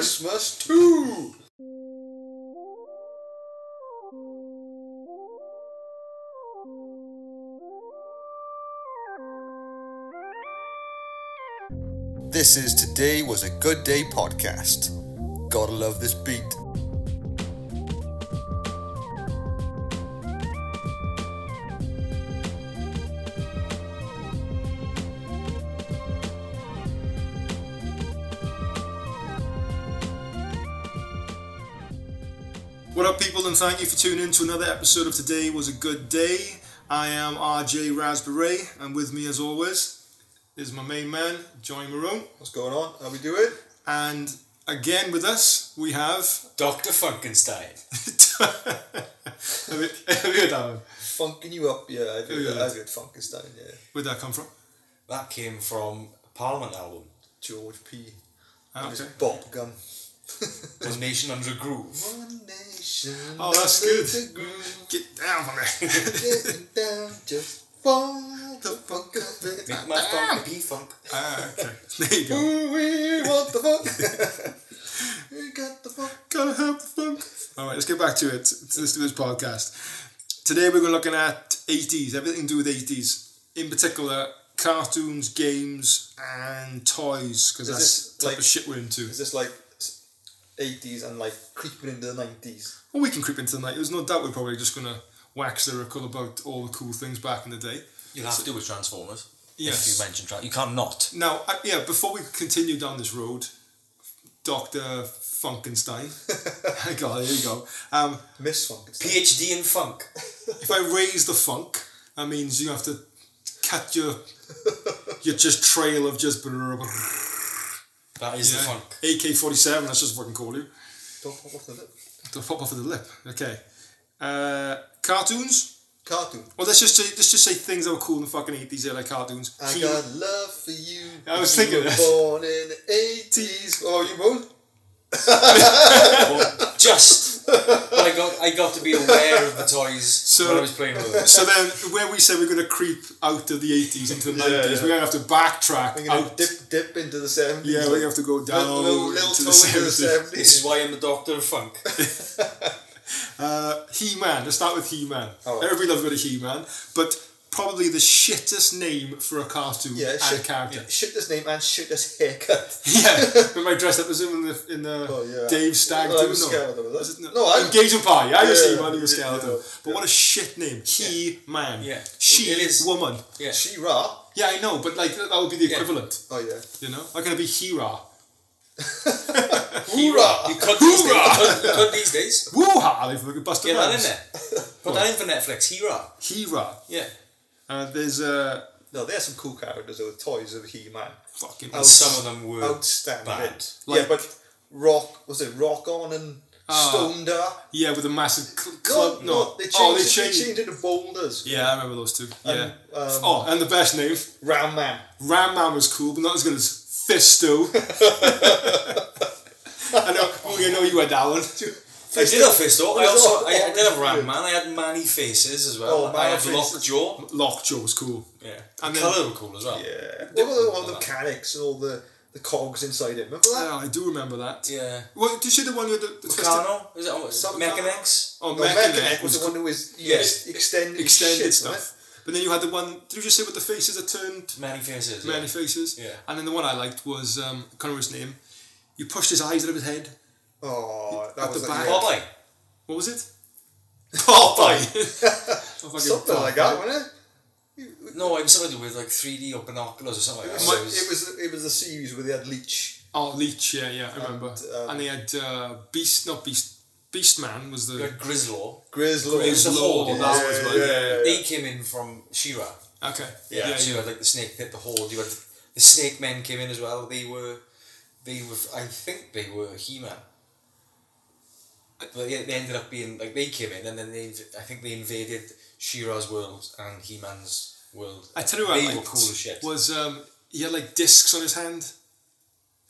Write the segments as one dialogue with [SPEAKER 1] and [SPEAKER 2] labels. [SPEAKER 1] Christmas too. This is Today Was a Good Day podcast. Gotta love this beat.
[SPEAKER 2] What up, people, and thank you for tuning in to another episode of Today Was a Good Day. I am RJ Raspberry, and with me, as always, is my main man, Johnny Maroon.
[SPEAKER 1] What's going on? How we doing?
[SPEAKER 2] And again, with us, we have.
[SPEAKER 3] Dr. Funkenstein.
[SPEAKER 2] have, you, have you heard that one?
[SPEAKER 1] Funking you up, yeah. I do.
[SPEAKER 2] Yeah.
[SPEAKER 1] I did Funkenstein, yeah.
[SPEAKER 2] Where'd that come from?
[SPEAKER 3] That came from a Parliament album,
[SPEAKER 1] George P.
[SPEAKER 2] Ah,
[SPEAKER 1] Just
[SPEAKER 2] Okay.
[SPEAKER 1] Bob Gum.
[SPEAKER 3] The Nation Under a Groove.
[SPEAKER 1] One nation.
[SPEAKER 2] Oh, that's good.
[SPEAKER 1] under the groove,
[SPEAKER 2] Get down from there.
[SPEAKER 1] getting down, just fall the fuck up it.
[SPEAKER 3] Make my funk be funk.
[SPEAKER 2] ah, okay. There you go.
[SPEAKER 1] Ooh, we want the funk. we got the funk.
[SPEAKER 2] Gotta have the funk. All right, let's get back to it. Let's do this podcast. Today we're looking at 80s, everything to do with 80s, in particular cartoons, games, and toys,
[SPEAKER 1] Is
[SPEAKER 2] because that's
[SPEAKER 1] this
[SPEAKER 2] the type
[SPEAKER 1] like-
[SPEAKER 2] of shit we're into.
[SPEAKER 1] Is this like 80s and like creeping into the 90s?
[SPEAKER 2] Well, we can creep into the night. There's no doubt we're probably just going to wax lyrical about all the cool things back in the day.
[SPEAKER 3] You'll have to do with Transformers. If
[SPEAKER 2] Yes.
[SPEAKER 3] you mention Transformers. You can't not.
[SPEAKER 2] Now, I, yeah, before we continue down this road, Dr. Funkenstein. God, there you go. Um,
[SPEAKER 1] Miss Funk. it's like-
[SPEAKER 3] PhD in funk.
[SPEAKER 2] if I raise the funk, that means you have to cut your your just trail of just
[SPEAKER 3] That is the funk.
[SPEAKER 2] AK forty seven. That's just what I can call you.
[SPEAKER 1] Don't pop off the lip.
[SPEAKER 2] To pop off of the lip. Okay. Uh, cartoons.
[SPEAKER 1] Cartoon.
[SPEAKER 2] Well, let's just say, let's just say things that were cool in the fucking eighties. Yeah, like cartoons.
[SPEAKER 1] I
[SPEAKER 2] He-
[SPEAKER 1] got love for you.
[SPEAKER 2] I was
[SPEAKER 1] You
[SPEAKER 2] thinking
[SPEAKER 1] were
[SPEAKER 2] that.
[SPEAKER 1] Born in the 80s. Oh, you won't?
[SPEAKER 3] Or just. I got, I got to be aware of the toys when I was playing with them.
[SPEAKER 2] so then, where we said we're going to creep out of the eighties into the
[SPEAKER 1] Yeah,
[SPEAKER 2] nineties,
[SPEAKER 1] yeah.
[SPEAKER 2] we're going to have to backtrack
[SPEAKER 1] We're going to
[SPEAKER 2] out.
[SPEAKER 1] dip, dip into the 70s.
[SPEAKER 2] yeah, we're going to have to go down
[SPEAKER 1] Little, little, little
[SPEAKER 2] into
[SPEAKER 1] toe
[SPEAKER 2] the
[SPEAKER 1] into the
[SPEAKER 2] 70s.
[SPEAKER 1] 70s.
[SPEAKER 3] This is why I'm the doctor of funk.
[SPEAKER 2] Uh, He Man. Let's start with He Man.
[SPEAKER 1] All right.
[SPEAKER 2] Everybody loves a bit of He Man, but probably the shittest name for a cartoon
[SPEAKER 1] Yeah,
[SPEAKER 2] and
[SPEAKER 1] shit,
[SPEAKER 2] a character.
[SPEAKER 1] shit this name and shit this haircut.
[SPEAKER 2] Yeah, when I dressed up as him in the, in the
[SPEAKER 1] Oh, yeah.
[SPEAKER 2] Dave Stag
[SPEAKER 1] Oh, I
[SPEAKER 2] doing
[SPEAKER 1] was scared of that.
[SPEAKER 2] Was it-
[SPEAKER 1] No, I-
[SPEAKER 2] engagement party. I was
[SPEAKER 1] Yeah,
[SPEAKER 2] He Man. He was
[SPEAKER 1] yeah,
[SPEAKER 2] Skeletor.
[SPEAKER 1] yeah.
[SPEAKER 2] But what a shit name, He Man.
[SPEAKER 3] Yeah.
[SPEAKER 2] she
[SPEAKER 3] It is.
[SPEAKER 2] woman.
[SPEAKER 3] Yeah.
[SPEAKER 1] She Ra.
[SPEAKER 2] Yeah, I know, but like that that would be the
[SPEAKER 3] Yeah.
[SPEAKER 2] equivalent.
[SPEAKER 1] Oh, yeah.
[SPEAKER 2] You know, I'm gonna be Hera.
[SPEAKER 1] Hoorah!
[SPEAKER 3] You could these days. You
[SPEAKER 2] Hoorah!
[SPEAKER 3] could, you could these days.
[SPEAKER 2] Woo-ha! If we could bust a
[SPEAKER 3] Get that in
[SPEAKER 2] rhymes.
[SPEAKER 3] there. Put that in for Netflix. Hera.
[SPEAKER 2] Hera.
[SPEAKER 3] Yeah.
[SPEAKER 2] Uh, there's uh,
[SPEAKER 1] No, there's some cool characters though, with toys of He Man.
[SPEAKER 2] fucking.
[SPEAKER 3] And some of them were
[SPEAKER 1] Outstanding.
[SPEAKER 3] bad.
[SPEAKER 1] yeah,
[SPEAKER 2] Like-
[SPEAKER 1] but Rock, was it Rock On and
[SPEAKER 2] Ah.
[SPEAKER 1] Stone Dar?
[SPEAKER 2] Yeah, with a massive cl-
[SPEAKER 1] No,
[SPEAKER 2] club.
[SPEAKER 1] no, they changed,
[SPEAKER 2] oh, they
[SPEAKER 1] it,
[SPEAKER 2] changed.
[SPEAKER 1] they changed it to Boulders.
[SPEAKER 2] Yeah, I remember those two. yeah.
[SPEAKER 1] um,
[SPEAKER 2] oh, and the best name,
[SPEAKER 1] Ram Man.
[SPEAKER 2] Ram Man was cool, but not as good as Fisto. I know. Oh, yeah, I know you had that one.
[SPEAKER 3] I did have face though. I
[SPEAKER 1] It was
[SPEAKER 3] also
[SPEAKER 1] all-
[SPEAKER 3] I, I did have Ram
[SPEAKER 1] all-
[SPEAKER 3] Man. I had Manny faces as
[SPEAKER 1] Oh,
[SPEAKER 3] well. I
[SPEAKER 1] Manny
[SPEAKER 3] had
[SPEAKER 1] Faces.
[SPEAKER 3] Lockjaw.
[SPEAKER 2] Lockjaw was cool.
[SPEAKER 3] Yeah.
[SPEAKER 2] And
[SPEAKER 3] And
[SPEAKER 2] then-
[SPEAKER 3] colour were cool as well.
[SPEAKER 1] Yeah. They were the one with the
[SPEAKER 2] Oh.
[SPEAKER 1] mechanics and all the, the cogs inside it. Remember that?
[SPEAKER 2] Yeah, I do remember that.
[SPEAKER 3] Yeah.
[SPEAKER 2] Well, did you see the one with the, the twisted?
[SPEAKER 3] Meccano? Is it oh, it's
[SPEAKER 1] Some-
[SPEAKER 3] Mechanex?
[SPEAKER 2] Oh,
[SPEAKER 1] No, Mechanex was the one who was
[SPEAKER 3] Yes.
[SPEAKER 1] yes, extended
[SPEAKER 2] extended
[SPEAKER 1] shit, wasn't
[SPEAKER 2] stuff. But then you had the one. Did you just say with the faces that turned
[SPEAKER 3] Manny faces. yeah.
[SPEAKER 2] many faces?
[SPEAKER 3] Yeah.
[SPEAKER 2] And then the one I liked was um, I can't remember his name. You pushed his eyes out of his head.
[SPEAKER 1] it? Oh, that
[SPEAKER 2] At
[SPEAKER 1] was
[SPEAKER 2] the
[SPEAKER 1] like,
[SPEAKER 2] back.
[SPEAKER 1] yeah.
[SPEAKER 3] Popeye.
[SPEAKER 2] What was it? Popeye.
[SPEAKER 1] something like that, wasn't it?
[SPEAKER 3] No, it was something to do with like 3D or binoculars or something like that.
[SPEAKER 1] It
[SPEAKER 3] So it
[SPEAKER 1] was, it was it was a series where they had Leech.
[SPEAKER 2] Oh, Leech, yeah, yeah, I remember.
[SPEAKER 1] um,
[SPEAKER 2] and they had uh, Beast, not Beast, Beast Man was
[SPEAKER 3] you
[SPEAKER 2] the.
[SPEAKER 3] had Grislaw.
[SPEAKER 1] Grizzly.
[SPEAKER 3] It was the
[SPEAKER 2] Lord,
[SPEAKER 3] Horde.
[SPEAKER 2] that
[SPEAKER 1] yeah,
[SPEAKER 2] was one.
[SPEAKER 1] yeah, yeah,
[SPEAKER 3] They came in from Shira.
[SPEAKER 2] Okay.
[SPEAKER 3] Yeah.
[SPEAKER 2] yeah,
[SPEAKER 3] so you had like the snake pit, the Horde. You had the Snake Men came in as well. They were, they were. I think they were He Man. But yeah, they ended up being like they came in and then they. inv- I think they invaded Shira's world and He Man's world.
[SPEAKER 2] I tell you what,
[SPEAKER 3] they
[SPEAKER 2] I
[SPEAKER 3] were
[SPEAKER 2] liked
[SPEAKER 3] cool as shit.
[SPEAKER 2] was um, he had like discs on his hand,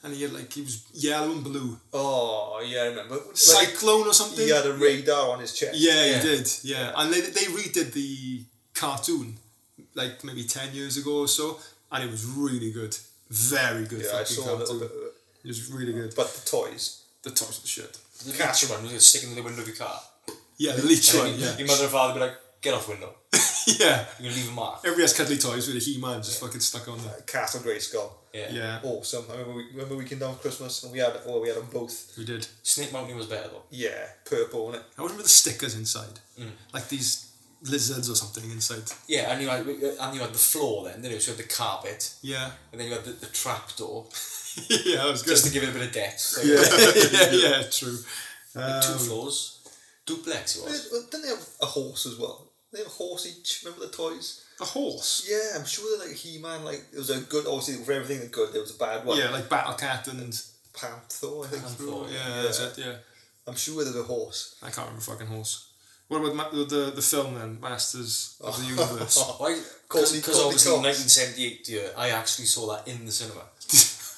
[SPEAKER 2] and he had like he was yellow and blue.
[SPEAKER 1] Oh yeah, I remember. Like,
[SPEAKER 2] Cyclone or something.
[SPEAKER 1] he had a radar on his chest.
[SPEAKER 2] yeah,
[SPEAKER 3] Yeah.
[SPEAKER 2] he did. Yeah, and they they redid the cartoon, like maybe ten years ago or so, and it was really good. Very good.
[SPEAKER 1] Yeah, I
[SPEAKER 2] fucking
[SPEAKER 1] saw a little
[SPEAKER 2] cartoon.
[SPEAKER 1] bit of it.
[SPEAKER 2] It was really good.
[SPEAKER 1] But the toys.
[SPEAKER 2] The toys were shit.
[SPEAKER 3] The gas run was sticking to the window of your car.
[SPEAKER 2] Yeah, the leech
[SPEAKER 3] And
[SPEAKER 2] one,
[SPEAKER 3] your-
[SPEAKER 2] yeah.
[SPEAKER 3] Your mother and father would be like, get off window.
[SPEAKER 2] yeah.
[SPEAKER 3] You're going to leave a mark.
[SPEAKER 2] Everybody has cuddly toys with a He Man just fucking stuck on there.
[SPEAKER 1] Castle Grayskull.
[SPEAKER 3] Yeah.
[SPEAKER 2] Yeah,
[SPEAKER 1] Awesome. I remember we remember we came down for Christmas and we had oh we had them both.
[SPEAKER 2] we did.
[SPEAKER 3] Snake Mountain was better though.
[SPEAKER 1] Yeah, purple and it.
[SPEAKER 2] I remember the stickers inside. Like these lizards or something inside.
[SPEAKER 3] Yeah, and you had uh, and you had the floor then, didn't you? So you had the carpet,
[SPEAKER 2] Yeah.
[SPEAKER 3] and then you had the, the trap door,
[SPEAKER 2] yeah, that was good.
[SPEAKER 3] just to give it a bit of depth. So you
[SPEAKER 2] yeah,
[SPEAKER 3] had
[SPEAKER 2] yeah, yeah, true.
[SPEAKER 3] two
[SPEAKER 2] Um,
[SPEAKER 3] floors, duplex it
[SPEAKER 1] Well,
[SPEAKER 3] was.
[SPEAKER 1] Didn't they have a horse as well? They have a horse each. Remember the toys?
[SPEAKER 2] a horse.
[SPEAKER 1] Yeah, I'm sure they're like He Man. Like it was a good. Obviously for everything that good, there was a bad one.
[SPEAKER 2] Yeah, like Battle Cat and. Oh,
[SPEAKER 1] Panther. I think.
[SPEAKER 3] Floor,
[SPEAKER 2] Yeah, that's it, yeah.
[SPEAKER 1] I'm sure there's a horse.
[SPEAKER 2] I can't remember fucking horse. What about ma- the, the, the film then? Masters of the Universe.
[SPEAKER 3] Why?
[SPEAKER 1] Courtney-
[SPEAKER 3] Because obviously
[SPEAKER 1] Courtney Cox.
[SPEAKER 3] 1978 year, I actually saw that in the cinema.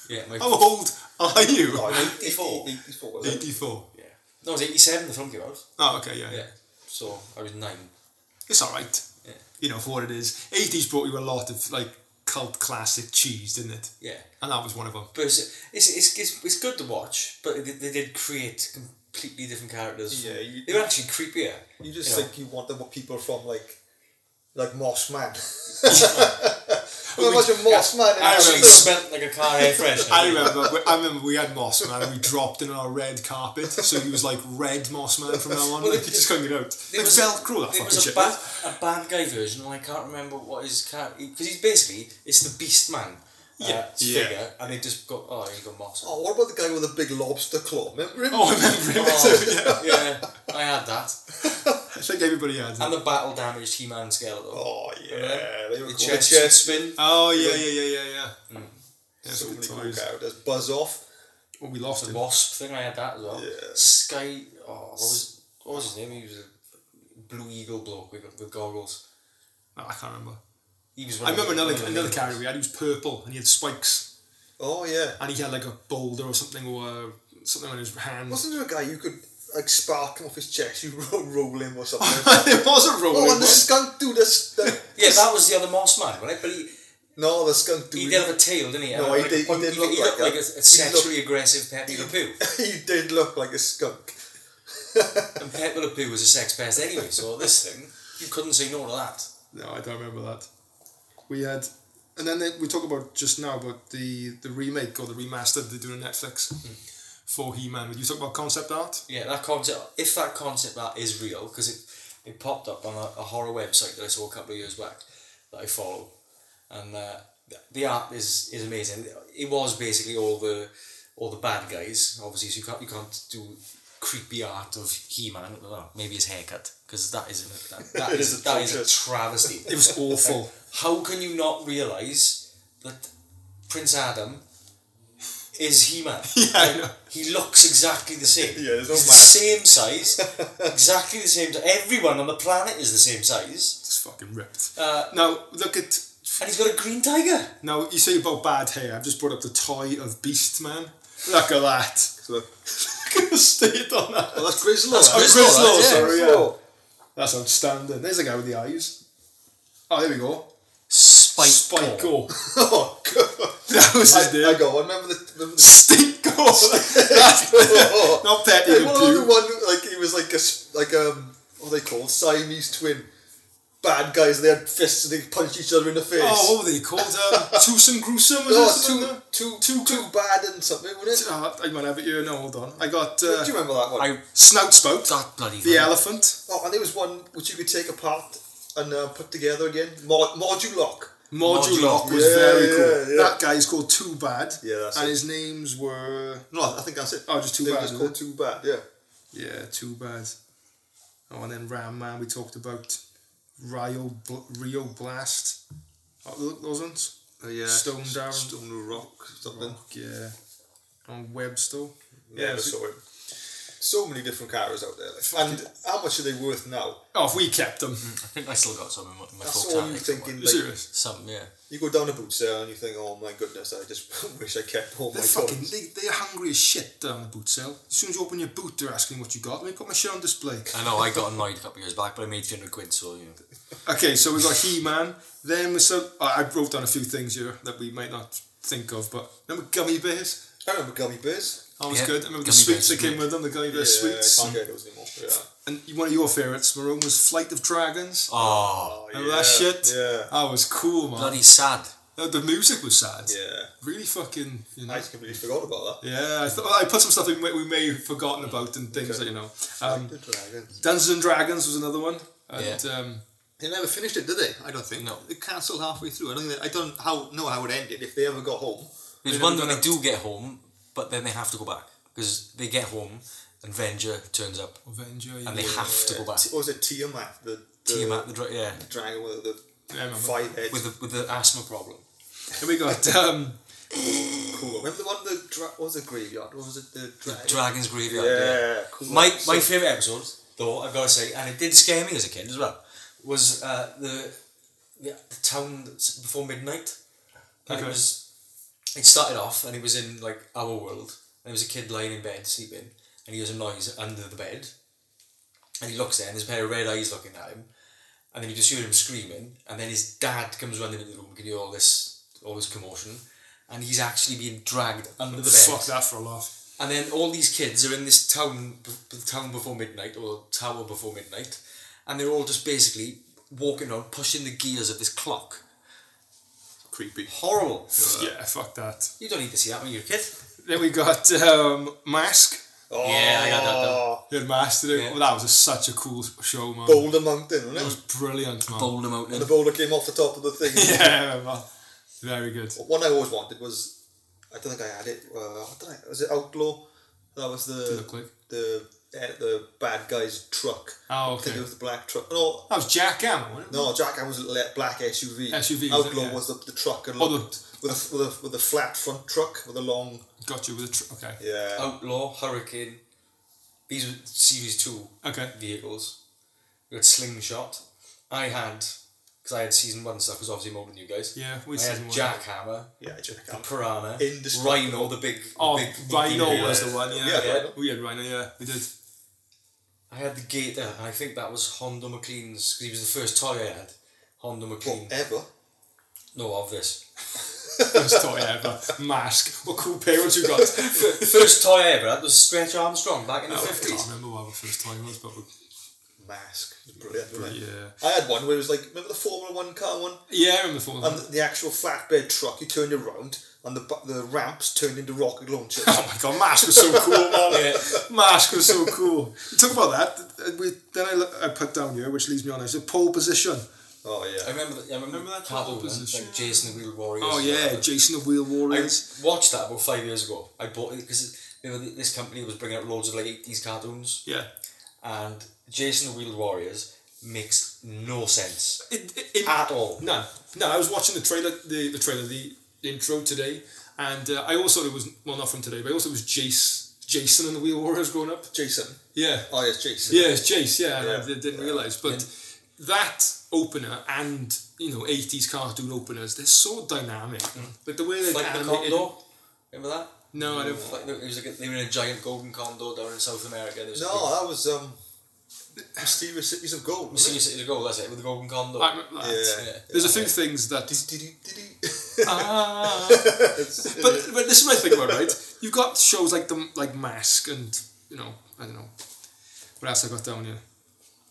[SPEAKER 3] Yeah, my,
[SPEAKER 2] How old are you?
[SPEAKER 1] Oh,
[SPEAKER 3] 84.
[SPEAKER 1] 84 was it?
[SPEAKER 2] 84.
[SPEAKER 3] yeah. No, it was 87 the film came out.
[SPEAKER 2] Oh, okay, yeah.
[SPEAKER 3] Yeah, so I was nine.
[SPEAKER 2] It's alright.
[SPEAKER 3] Yeah.
[SPEAKER 2] You know, for what it is. 80s brought you a lot of, like, cult classic cheese, didn't it?
[SPEAKER 3] Yeah,
[SPEAKER 2] And that was one of them.
[SPEAKER 3] but it's it's, it's, it's, it's good to watch. But they, they did create completely different characters.
[SPEAKER 1] Yeah, you-
[SPEAKER 3] they were actually creepier.
[SPEAKER 1] You just
[SPEAKER 3] Yeah.
[SPEAKER 1] think you want them with people from like, like Moss Man.
[SPEAKER 2] we-
[SPEAKER 1] well, imagine Moss Man. in
[SPEAKER 3] I actually
[SPEAKER 1] America.
[SPEAKER 3] smelled like a car air freshener.
[SPEAKER 2] I remember, we- I remember we had Mossman and we dropped in on our red carpet, so he was like red Mossman from now on.
[SPEAKER 3] Well,
[SPEAKER 2] like,
[SPEAKER 3] it-
[SPEAKER 2] he just couldn't get out.
[SPEAKER 3] There
[SPEAKER 2] Like
[SPEAKER 3] was-
[SPEAKER 2] Velcro, that
[SPEAKER 3] There
[SPEAKER 2] fucking
[SPEAKER 3] was a
[SPEAKER 2] shit.
[SPEAKER 3] bad, a bad guy version, and I can't remember what his character because he's basically it's the Beast Man. Uh,
[SPEAKER 2] Yeah.
[SPEAKER 3] figure,
[SPEAKER 2] Yeah.
[SPEAKER 3] and they just got oh, he's got moss.
[SPEAKER 1] Oh, what about the guy with the big lobster claw? Remember him?
[SPEAKER 2] Oh, I remember him.
[SPEAKER 3] Oh, yeah, I had that,
[SPEAKER 2] I think everybody had
[SPEAKER 3] and
[SPEAKER 2] that.
[SPEAKER 3] the battle damaged He Man skeleton.
[SPEAKER 1] Oh, yeah, they were cool.
[SPEAKER 3] the chest,
[SPEAKER 1] The chest.
[SPEAKER 3] spin.
[SPEAKER 2] Oh, yeah, yeah, yeah, yeah, yeah. Yeah,
[SPEAKER 1] So
[SPEAKER 2] so
[SPEAKER 1] many
[SPEAKER 2] good
[SPEAKER 1] cool
[SPEAKER 2] times.
[SPEAKER 1] characters. Buzz off.
[SPEAKER 2] Well, we lost
[SPEAKER 3] The
[SPEAKER 2] him.
[SPEAKER 3] wasp thing, I had that as well.
[SPEAKER 1] Yeah.
[SPEAKER 3] Sky, oh, what was what was his name? He was a blue eagle bloke with, with goggles.
[SPEAKER 2] No, I can't remember.
[SPEAKER 3] He was.
[SPEAKER 2] I
[SPEAKER 3] one of
[SPEAKER 2] remember
[SPEAKER 3] the-
[SPEAKER 2] another
[SPEAKER 3] one of the
[SPEAKER 2] another
[SPEAKER 3] main
[SPEAKER 2] character we had. He was purple and he had spikes
[SPEAKER 1] Oh yeah.
[SPEAKER 2] and he had like a boulder or something or uh, something on his hand.
[SPEAKER 1] Wasn't there a guy you could like spark him off his chest? You ro- roll him or something.
[SPEAKER 2] it was a rolling
[SPEAKER 1] oh, and the
[SPEAKER 2] one.
[SPEAKER 1] skunk dude. The, s- the,
[SPEAKER 3] ones. Yeah, that was the other moss man, right? But he,
[SPEAKER 1] no, the skunk dude.
[SPEAKER 3] He did have a tail, didn't he?
[SPEAKER 1] No,
[SPEAKER 3] Uh,
[SPEAKER 1] he
[SPEAKER 3] like,
[SPEAKER 1] did- he
[SPEAKER 3] one-
[SPEAKER 1] did look
[SPEAKER 3] he
[SPEAKER 1] like
[SPEAKER 3] looked like
[SPEAKER 1] that.
[SPEAKER 3] a, a
[SPEAKER 1] He looked-
[SPEAKER 3] sexually aggressive Pepe Le Pew.
[SPEAKER 1] he did look like a skunk.
[SPEAKER 3] and Pepe Le Pew was a sex pest anyway, so this thing, you couldn't say no to that.
[SPEAKER 2] No, I don't remember that. We had, and then they, we talk about just now about the the remake or the remastered they're doing on Netflix for He Man. You talk about concept art.
[SPEAKER 3] Yeah, that concept, if that concept that is real, because it, it popped up on a, a horror website that I saw a couple of years back that I follow, and uh, th- the art is, is amazing. It was basically all the all the bad guys, obviously, so you can't, you can't do creepy art of He-Man, well, maybe his haircut, because that is, an, that, that
[SPEAKER 1] It
[SPEAKER 3] is,
[SPEAKER 1] is
[SPEAKER 3] that is a
[SPEAKER 1] atrocious.
[SPEAKER 3] travesty.
[SPEAKER 2] It was awful.
[SPEAKER 3] how can you not realize that Prince Adam is He Man?
[SPEAKER 2] yeah, I know.
[SPEAKER 3] He looks exactly the same.
[SPEAKER 1] Yeah, there's no
[SPEAKER 3] He's the
[SPEAKER 1] match.
[SPEAKER 3] same size, exactly the same. si- Everyone on the planet is the same size,
[SPEAKER 2] It's fucking ripped.
[SPEAKER 3] Uh,
[SPEAKER 2] now look at.
[SPEAKER 3] and he's got a green tiger.
[SPEAKER 2] Now you say about bad hair. I've just brought up the toy of Beast Man. Look at that.
[SPEAKER 1] So,
[SPEAKER 2] Look at the state on that.
[SPEAKER 1] oh, that's Grizzlaw.
[SPEAKER 3] That's
[SPEAKER 2] Oh,
[SPEAKER 3] Grizzlaw,
[SPEAKER 2] Grizzlaw,
[SPEAKER 3] that's it.
[SPEAKER 2] sorry, yeah.
[SPEAKER 1] Grizzlaw.
[SPEAKER 2] That's outstanding. There's a guy with the eyes. Oh, there we go.
[SPEAKER 3] Spike.
[SPEAKER 2] Spike Gore.
[SPEAKER 3] Ball.
[SPEAKER 1] Oh god.
[SPEAKER 2] That was his
[SPEAKER 1] I, I
[SPEAKER 2] name.
[SPEAKER 1] go. I remember the. Remember the
[SPEAKER 2] Stink Gore. That's
[SPEAKER 1] Oh.
[SPEAKER 2] not Petty
[SPEAKER 1] Hey,
[SPEAKER 2] the
[SPEAKER 1] what about the
[SPEAKER 2] Pew.
[SPEAKER 1] one who, like he was like a s- like um what are they called Siamese twin bad guys they had fists and they punched each other in the face.
[SPEAKER 2] Oh, what were they called? Um, Twosome Gruesome? Was
[SPEAKER 1] Oh,
[SPEAKER 2] it
[SPEAKER 1] too,
[SPEAKER 2] something like
[SPEAKER 1] too, too, bad and something, wasn't it?
[SPEAKER 2] that? Oh, I might have it here. No, hold on. I got uh,
[SPEAKER 1] Do you remember Ah. that one?
[SPEAKER 3] I
[SPEAKER 2] Snout Spout,
[SPEAKER 3] that bloody
[SPEAKER 2] the
[SPEAKER 3] thing.
[SPEAKER 2] elephant,
[SPEAKER 1] oh, and there was one which you could take apart and uh, put together again. Mod- Modulock.
[SPEAKER 2] Modulock was
[SPEAKER 1] Yeah,
[SPEAKER 2] very
[SPEAKER 1] yeah,
[SPEAKER 2] cool.
[SPEAKER 1] yeah.
[SPEAKER 2] That guy is called Too Bad.
[SPEAKER 1] Yeah, that's
[SPEAKER 2] and
[SPEAKER 1] it.
[SPEAKER 2] his names were
[SPEAKER 1] No, I think that's it.
[SPEAKER 2] oh, just Too
[SPEAKER 1] they were
[SPEAKER 2] Bad.
[SPEAKER 1] just
[SPEAKER 2] isn't
[SPEAKER 1] called
[SPEAKER 2] it?
[SPEAKER 1] Too Bad. Yeah.
[SPEAKER 2] Yeah, Too Bad. Oh, and then Ram Man. We talked about Rio Bl- Rio Blast. Oh, look, those ones.
[SPEAKER 1] yeah.
[SPEAKER 2] Oh, Stone Down.
[SPEAKER 1] Stone Oh, Rock. Something.
[SPEAKER 2] Rock, yeah. On Webster.
[SPEAKER 1] Yeah,
[SPEAKER 2] Yeah, so-
[SPEAKER 1] so, so many different characters out there. Like, and how much are they worth now?
[SPEAKER 2] Oh, if we kept them.
[SPEAKER 1] Mm-hmm.
[SPEAKER 3] I think I still got some in my, my
[SPEAKER 1] That's
[SPEAKER 3] folk
[SPEAKER 1] all you
[SPEAKER 3] tactics
[SPEAKER 1] thinking.
[SPEAKER 3] somewhere.
[SPEAKER 1] Like,
[SPEAKER 2] Serious.
[SPEAKER 3] Some, yeah.
[SPEAKER 1] You go down to boot sale and you think, oh my goodness, I just wish I kept all
[SPEAKER 2] They're
[SPEAKER 1] my
[SPEAKER 2] fucking,
[SPEAKER 3] oh.
[SPEAKER 1] toys.
[SPEAKER 2] they, they're hungry as shit down the boot sale. As soon as you open your boot, they're asking what you got. Let me put my shit on display.
[SPEAKER 3] I know, I got annoyed a couple of years back, but I made 300 quid, so, you know.
[SPEAKER 2] Okay, so we've got He Man. Then we so I I wrote down a few things here that we might not think of, but remember gummy bears?
[SPEAKER 1] I remember gummy bears.
[SPEAKER 2] That was
[SPEAKER 3] Yeah.
[SPEAKER 2] good. I remember the
[SPEAKER 3] Gummy
[SPEAKER 2] sweets
[SPEAKER 3] bears,
[SPEAKER 2] that came
[SPEAKER 3] yeah.
[SPEAKER 2] with them, the gummy bear
[SPEAKER 1] Yeah,
[SPEAKER 2] sweets.
[SPEAKER 1] I can't get those anymore. Yeah.
[SPEAKER 2] And one of your favourites, Maroon, was Flight of Dragons.
[SPEAKER 3] Oh,
[SPEAKER 2] Remember that shit?
[SPEAKER 1] Yeah.
[SPEAKER 2] That was cool, man.
[SPEAKER 3] bloody sad.
[SPEAKER 2] The- The music was sad.
[SPEAKER 1] Yeah.
[SPEAKER 2] Really fucking, you know.
[SPEAKER 1] I just completely forgot about
[SPEAKER 2] Yeah, I, thought, I put some stuff in we we may have forgotten about and things that, you know.
[SPEAKER 1] that.
[SPEAKER 2] Um,
[SPEAKER 1] the Dragons.
[SPEAKER 2] Dungeons and Dragons was another one. And, um,
[SPEAKER 1] They never finished it, did they? I don't think.
[SPEAKER 3] No.
[SPEAKER 1] They cancelled halfway through. I don't think they, I don't how know how it ended if they ever got home.
[SPEAKER 3] There's
[SPEAKER 2] They
[SPEAKER 3] one
[SPEAKER 2] never
[SPEAKER 3] when they
[SPEAKER 2] got
[SPEAKER 3] do get home, but then they have to go back because they get home and Venger turns up
[SPEAKER 2] Avenger,
[SPEAKER 3] and they
[SPEAKER 2] yeah.
[SPEAKER 3] have to go back.
[SPEAKER 1] T- what was it Tiamat? The, the
[SPEAKER 3] Tiamat, the dra- yeah,
[SPEAKER 1] dragon with the
[SPEAKER 2] Yeah, I remember.
[SPEAKER 1] five heads.
[SPEAKER 3] with the with the asthma problem.
[SPEAKER 2] Then we got um,
[SPEAKER 1] cool. Remember the one the dra- what was it graveyard? What was it the dragon?
[SPEAKER 3] Dragon's graveyard. yeah.
[SPEAKER 1] yeah, cool.
[SPEAKER 3] My
[SPEAKER 1] So-
[SPEAKER 3] my favourite episode, though, I've got to say, and it did scare me as a kid as well, was uh, the, the the town that's before midnight. And it
[SPEAKER 2] Okay.
[SPEAKER 3] was it started off and it was in like our world. And there was a kid lying in bed sleeping and he hears a noise under the bed. And he looks there and there's a pair of red eyes looking at him. And then you just hear him screaming and then his dad comes running into the room, can hear all this all this commotion. And he's actually being dragged under the bed.
[SPEAKER 2] fuck that for a laugh.
[SPEAKER 3] And then all these kids are in this town, b- b- town before midnight or tower before midnight, and they're all just basically walking on, pushing the gears of this clock.
[SPEAKER 1] creepy.
[SPEAKER 3] Horrible.
[SPEAKER 2] Yeah, fuck that.
[SPEAKER 3] You don't need to see that when you're a kid.
[SPEAKER 2] Then we got um, Mask.
[SPEAKER 1] Oh,
[SPEAKER 3] Yeah, I had that done.
[SPEAKER 2] You had Mask today.
[SPEAKER 3] Yeah.
[SPEAKER 2] Well, that was a, such a cool show, man.
[SPEAKER 1] Boulder Mountain, wasn't it?
[SPEAKER 2] That was brilliant, man.
[SPEAKER 3] Boulder Mountain.
[SPEAKER 1] The boulder came off the top of the thing.
[SPEAKER 2] Yeah, man. Very good.
[SPEAKER 1] One I always wanted was, I don't think I had it. Uh, I don't know, was it Outlaw? That was the
[SPEAKER 2] Look like.
[SPEAKER 1] the eh, the bad guy's truck.
[SPEAKER 2] Oh,
[SPEAKER 1] I think
[SPEAKER 2] okay.
[SPEAKER 1] it was the black truck. No,
[SPEAKER 2] That was Jack Gamma, wasn't it?
[SPEAKER 1] no, Jack I was a le- black SUV.
[SPEAKER 2] SUV, was it?
[SPEAKER 1] Outlaw
[SPEAKER 2] Yeah.
[SPEAKER 1] was the, the truck and
[SPEAKER 2] Oh, the-
[SPEAKER 1] looked with a, with a with a flat front truck with a long
[SPEAKER 2] Got you with a tr- okay.
[SPEAKER 1] yeah.
[SPEAKER 3] Outlaw, Hurricane. These were Series 2
[SPEAKER 2] Okay.
[SPEAKER 3] vehicles. We had Slingshot. I had, because I had Season 1 stuff, because obviously more than you guys.
[SPEAKER 2] Yeah, we
[SPEAKER 3] I
[SPEAKER 2] season
[SPEAKER 3] had
[SPEAKER 2] one.
[SPEAKER 3] Jackhammer,
[SPEAKER 1] Yeah, Jack.
[SPEAKER 3] the Piranha,
[SPEAKER 1] Indestructible.
[SPEAKER 3] Rhino, the big. the
[SPEAKER 2] Oh,
[SPEAKER 3] big, big
[SPEAKER 2] Rhino
[SPEAKER 3] demon.
[SPEAKER 2] was the one. Yeah,
[SPEAKER 1] Yeah,
[SPEAKER 3] Rhino.
[SPEAKER 2] we had Rhino. Yeah, we did.
[SPEAKER 3] I had the Gator, and I think that was Honda McLean's, because he was the first toy I had. Honda McLean.
[SPEAKER 1] Ever.
[SPEAKER 3] No, of this.
[SPEAKER 2] First toy ever. Mask. What cool parents you got?
[SPEAKER 3] The first toy I ever had was Stretch Armstrong back in the
[SPEAKER 2] I can't
[SPEAKER 3] 50s.
[SPEAKER 2] remember what our first toy was, but we-
[SPEAKER 1] Mask. It was brilliant, wasn't it?
[SPEAKER 2] yeah,
[SPEAKER 1] I had one where it was like remember the Formula One car one.
[SPEAKER 2] yeah, I remember the phone.
[SPEAKER 3] Um,
[SPEAKER 1] and the actual flatbed truck you turned around and the bu- the ramps turned into rocket launchers.
[SPEAKER 2] Oh my god, Mask was so cool, man.
[SPEAKER 3] Yeah.
[SPEAKER 2] Mask was so cool. You talk about that. uh, We, then I, look- I put down here, which leaves me on. I said pole position.
[SPEAKER 1] oh
[SPEAKER 3] I
[SPEAKER 1] yeah.
[SPEAKER 3] remember that. I remember,
[SPEAKER 2] Remember that
[SPEAKER 3] part
[SPEAKER 2] whole
[SPEAKER 3] of it,
[SPEAKER 2] position?
[SPEAKER 3] like Jason the Wheel Warriors.
[SPEAKER 2] Oh
[SPEAKER 3] and
[SPEAKER 2] yeah,
[SPEAKER 3] whatever.
[SPEAKER 2] Jason the Wheel
[SPEAKER 3] I
[SPEAKER 2] Warriors.
[SPEAKER 3] watched that about five years ago. I bought it because you know, th- this company was bringing out loads of like 80s cartoons,
[SPEAKER 2] yeah,
[SPEAKER 3] and Jason the Wheel Warriors makes no sense
[SPEAKER 2] it, it, it-
[SPEAKER 3] at all.
[SPEAKER 2] No, no. I was watching the trailer, the, the trailer, the intro today, and uh, I also it was well not from today, but I also was Jace, Jason and the Wheel Warriors growing up.
[SPEAKER 1] Jason.
[SPEAKER 2] Yeah,
[SPEAKER 1] Oh yes, Jason.
[SPEAKER 2] yeah, it's Jace. Yeah,
[SPEAKER 1] Yeah.
[SPEAKER 2] I did- didn't realize, but that opener and you know eighties cartoon openers, they're so dynamic. Like the way they're
[SPEAKER 3] Like the
[SPEAKER 2] animated.
[SPEAKER 3] Condor. Remember that?
[SPEAKER 2] No, I don't.
[SPEAKER 3] Like, it was like, a- they were in a giant golden condor down in South America. There was a big-
[SPEAKER 1] No, that was um, mysterious cities of gold.
[SPEAKER 3] As
[SPEAKER 1] wasn't
[SPEAKER 3] soon
[SPEAKER 1] it?
[SPEAKER 3] as it's a goal, that's it, with the golden condor.
[SPEAKER 2] I remember that.
[SPEAKER 1] Yeah.
[SPEAKER 2] There's a few things that
[SPEAKER 1] Did did he? Did he?
[SPEAKER 2] Ah. but but this is my thing about it, right. You've got shows like the like Mask and you know I don't know what else I got down here,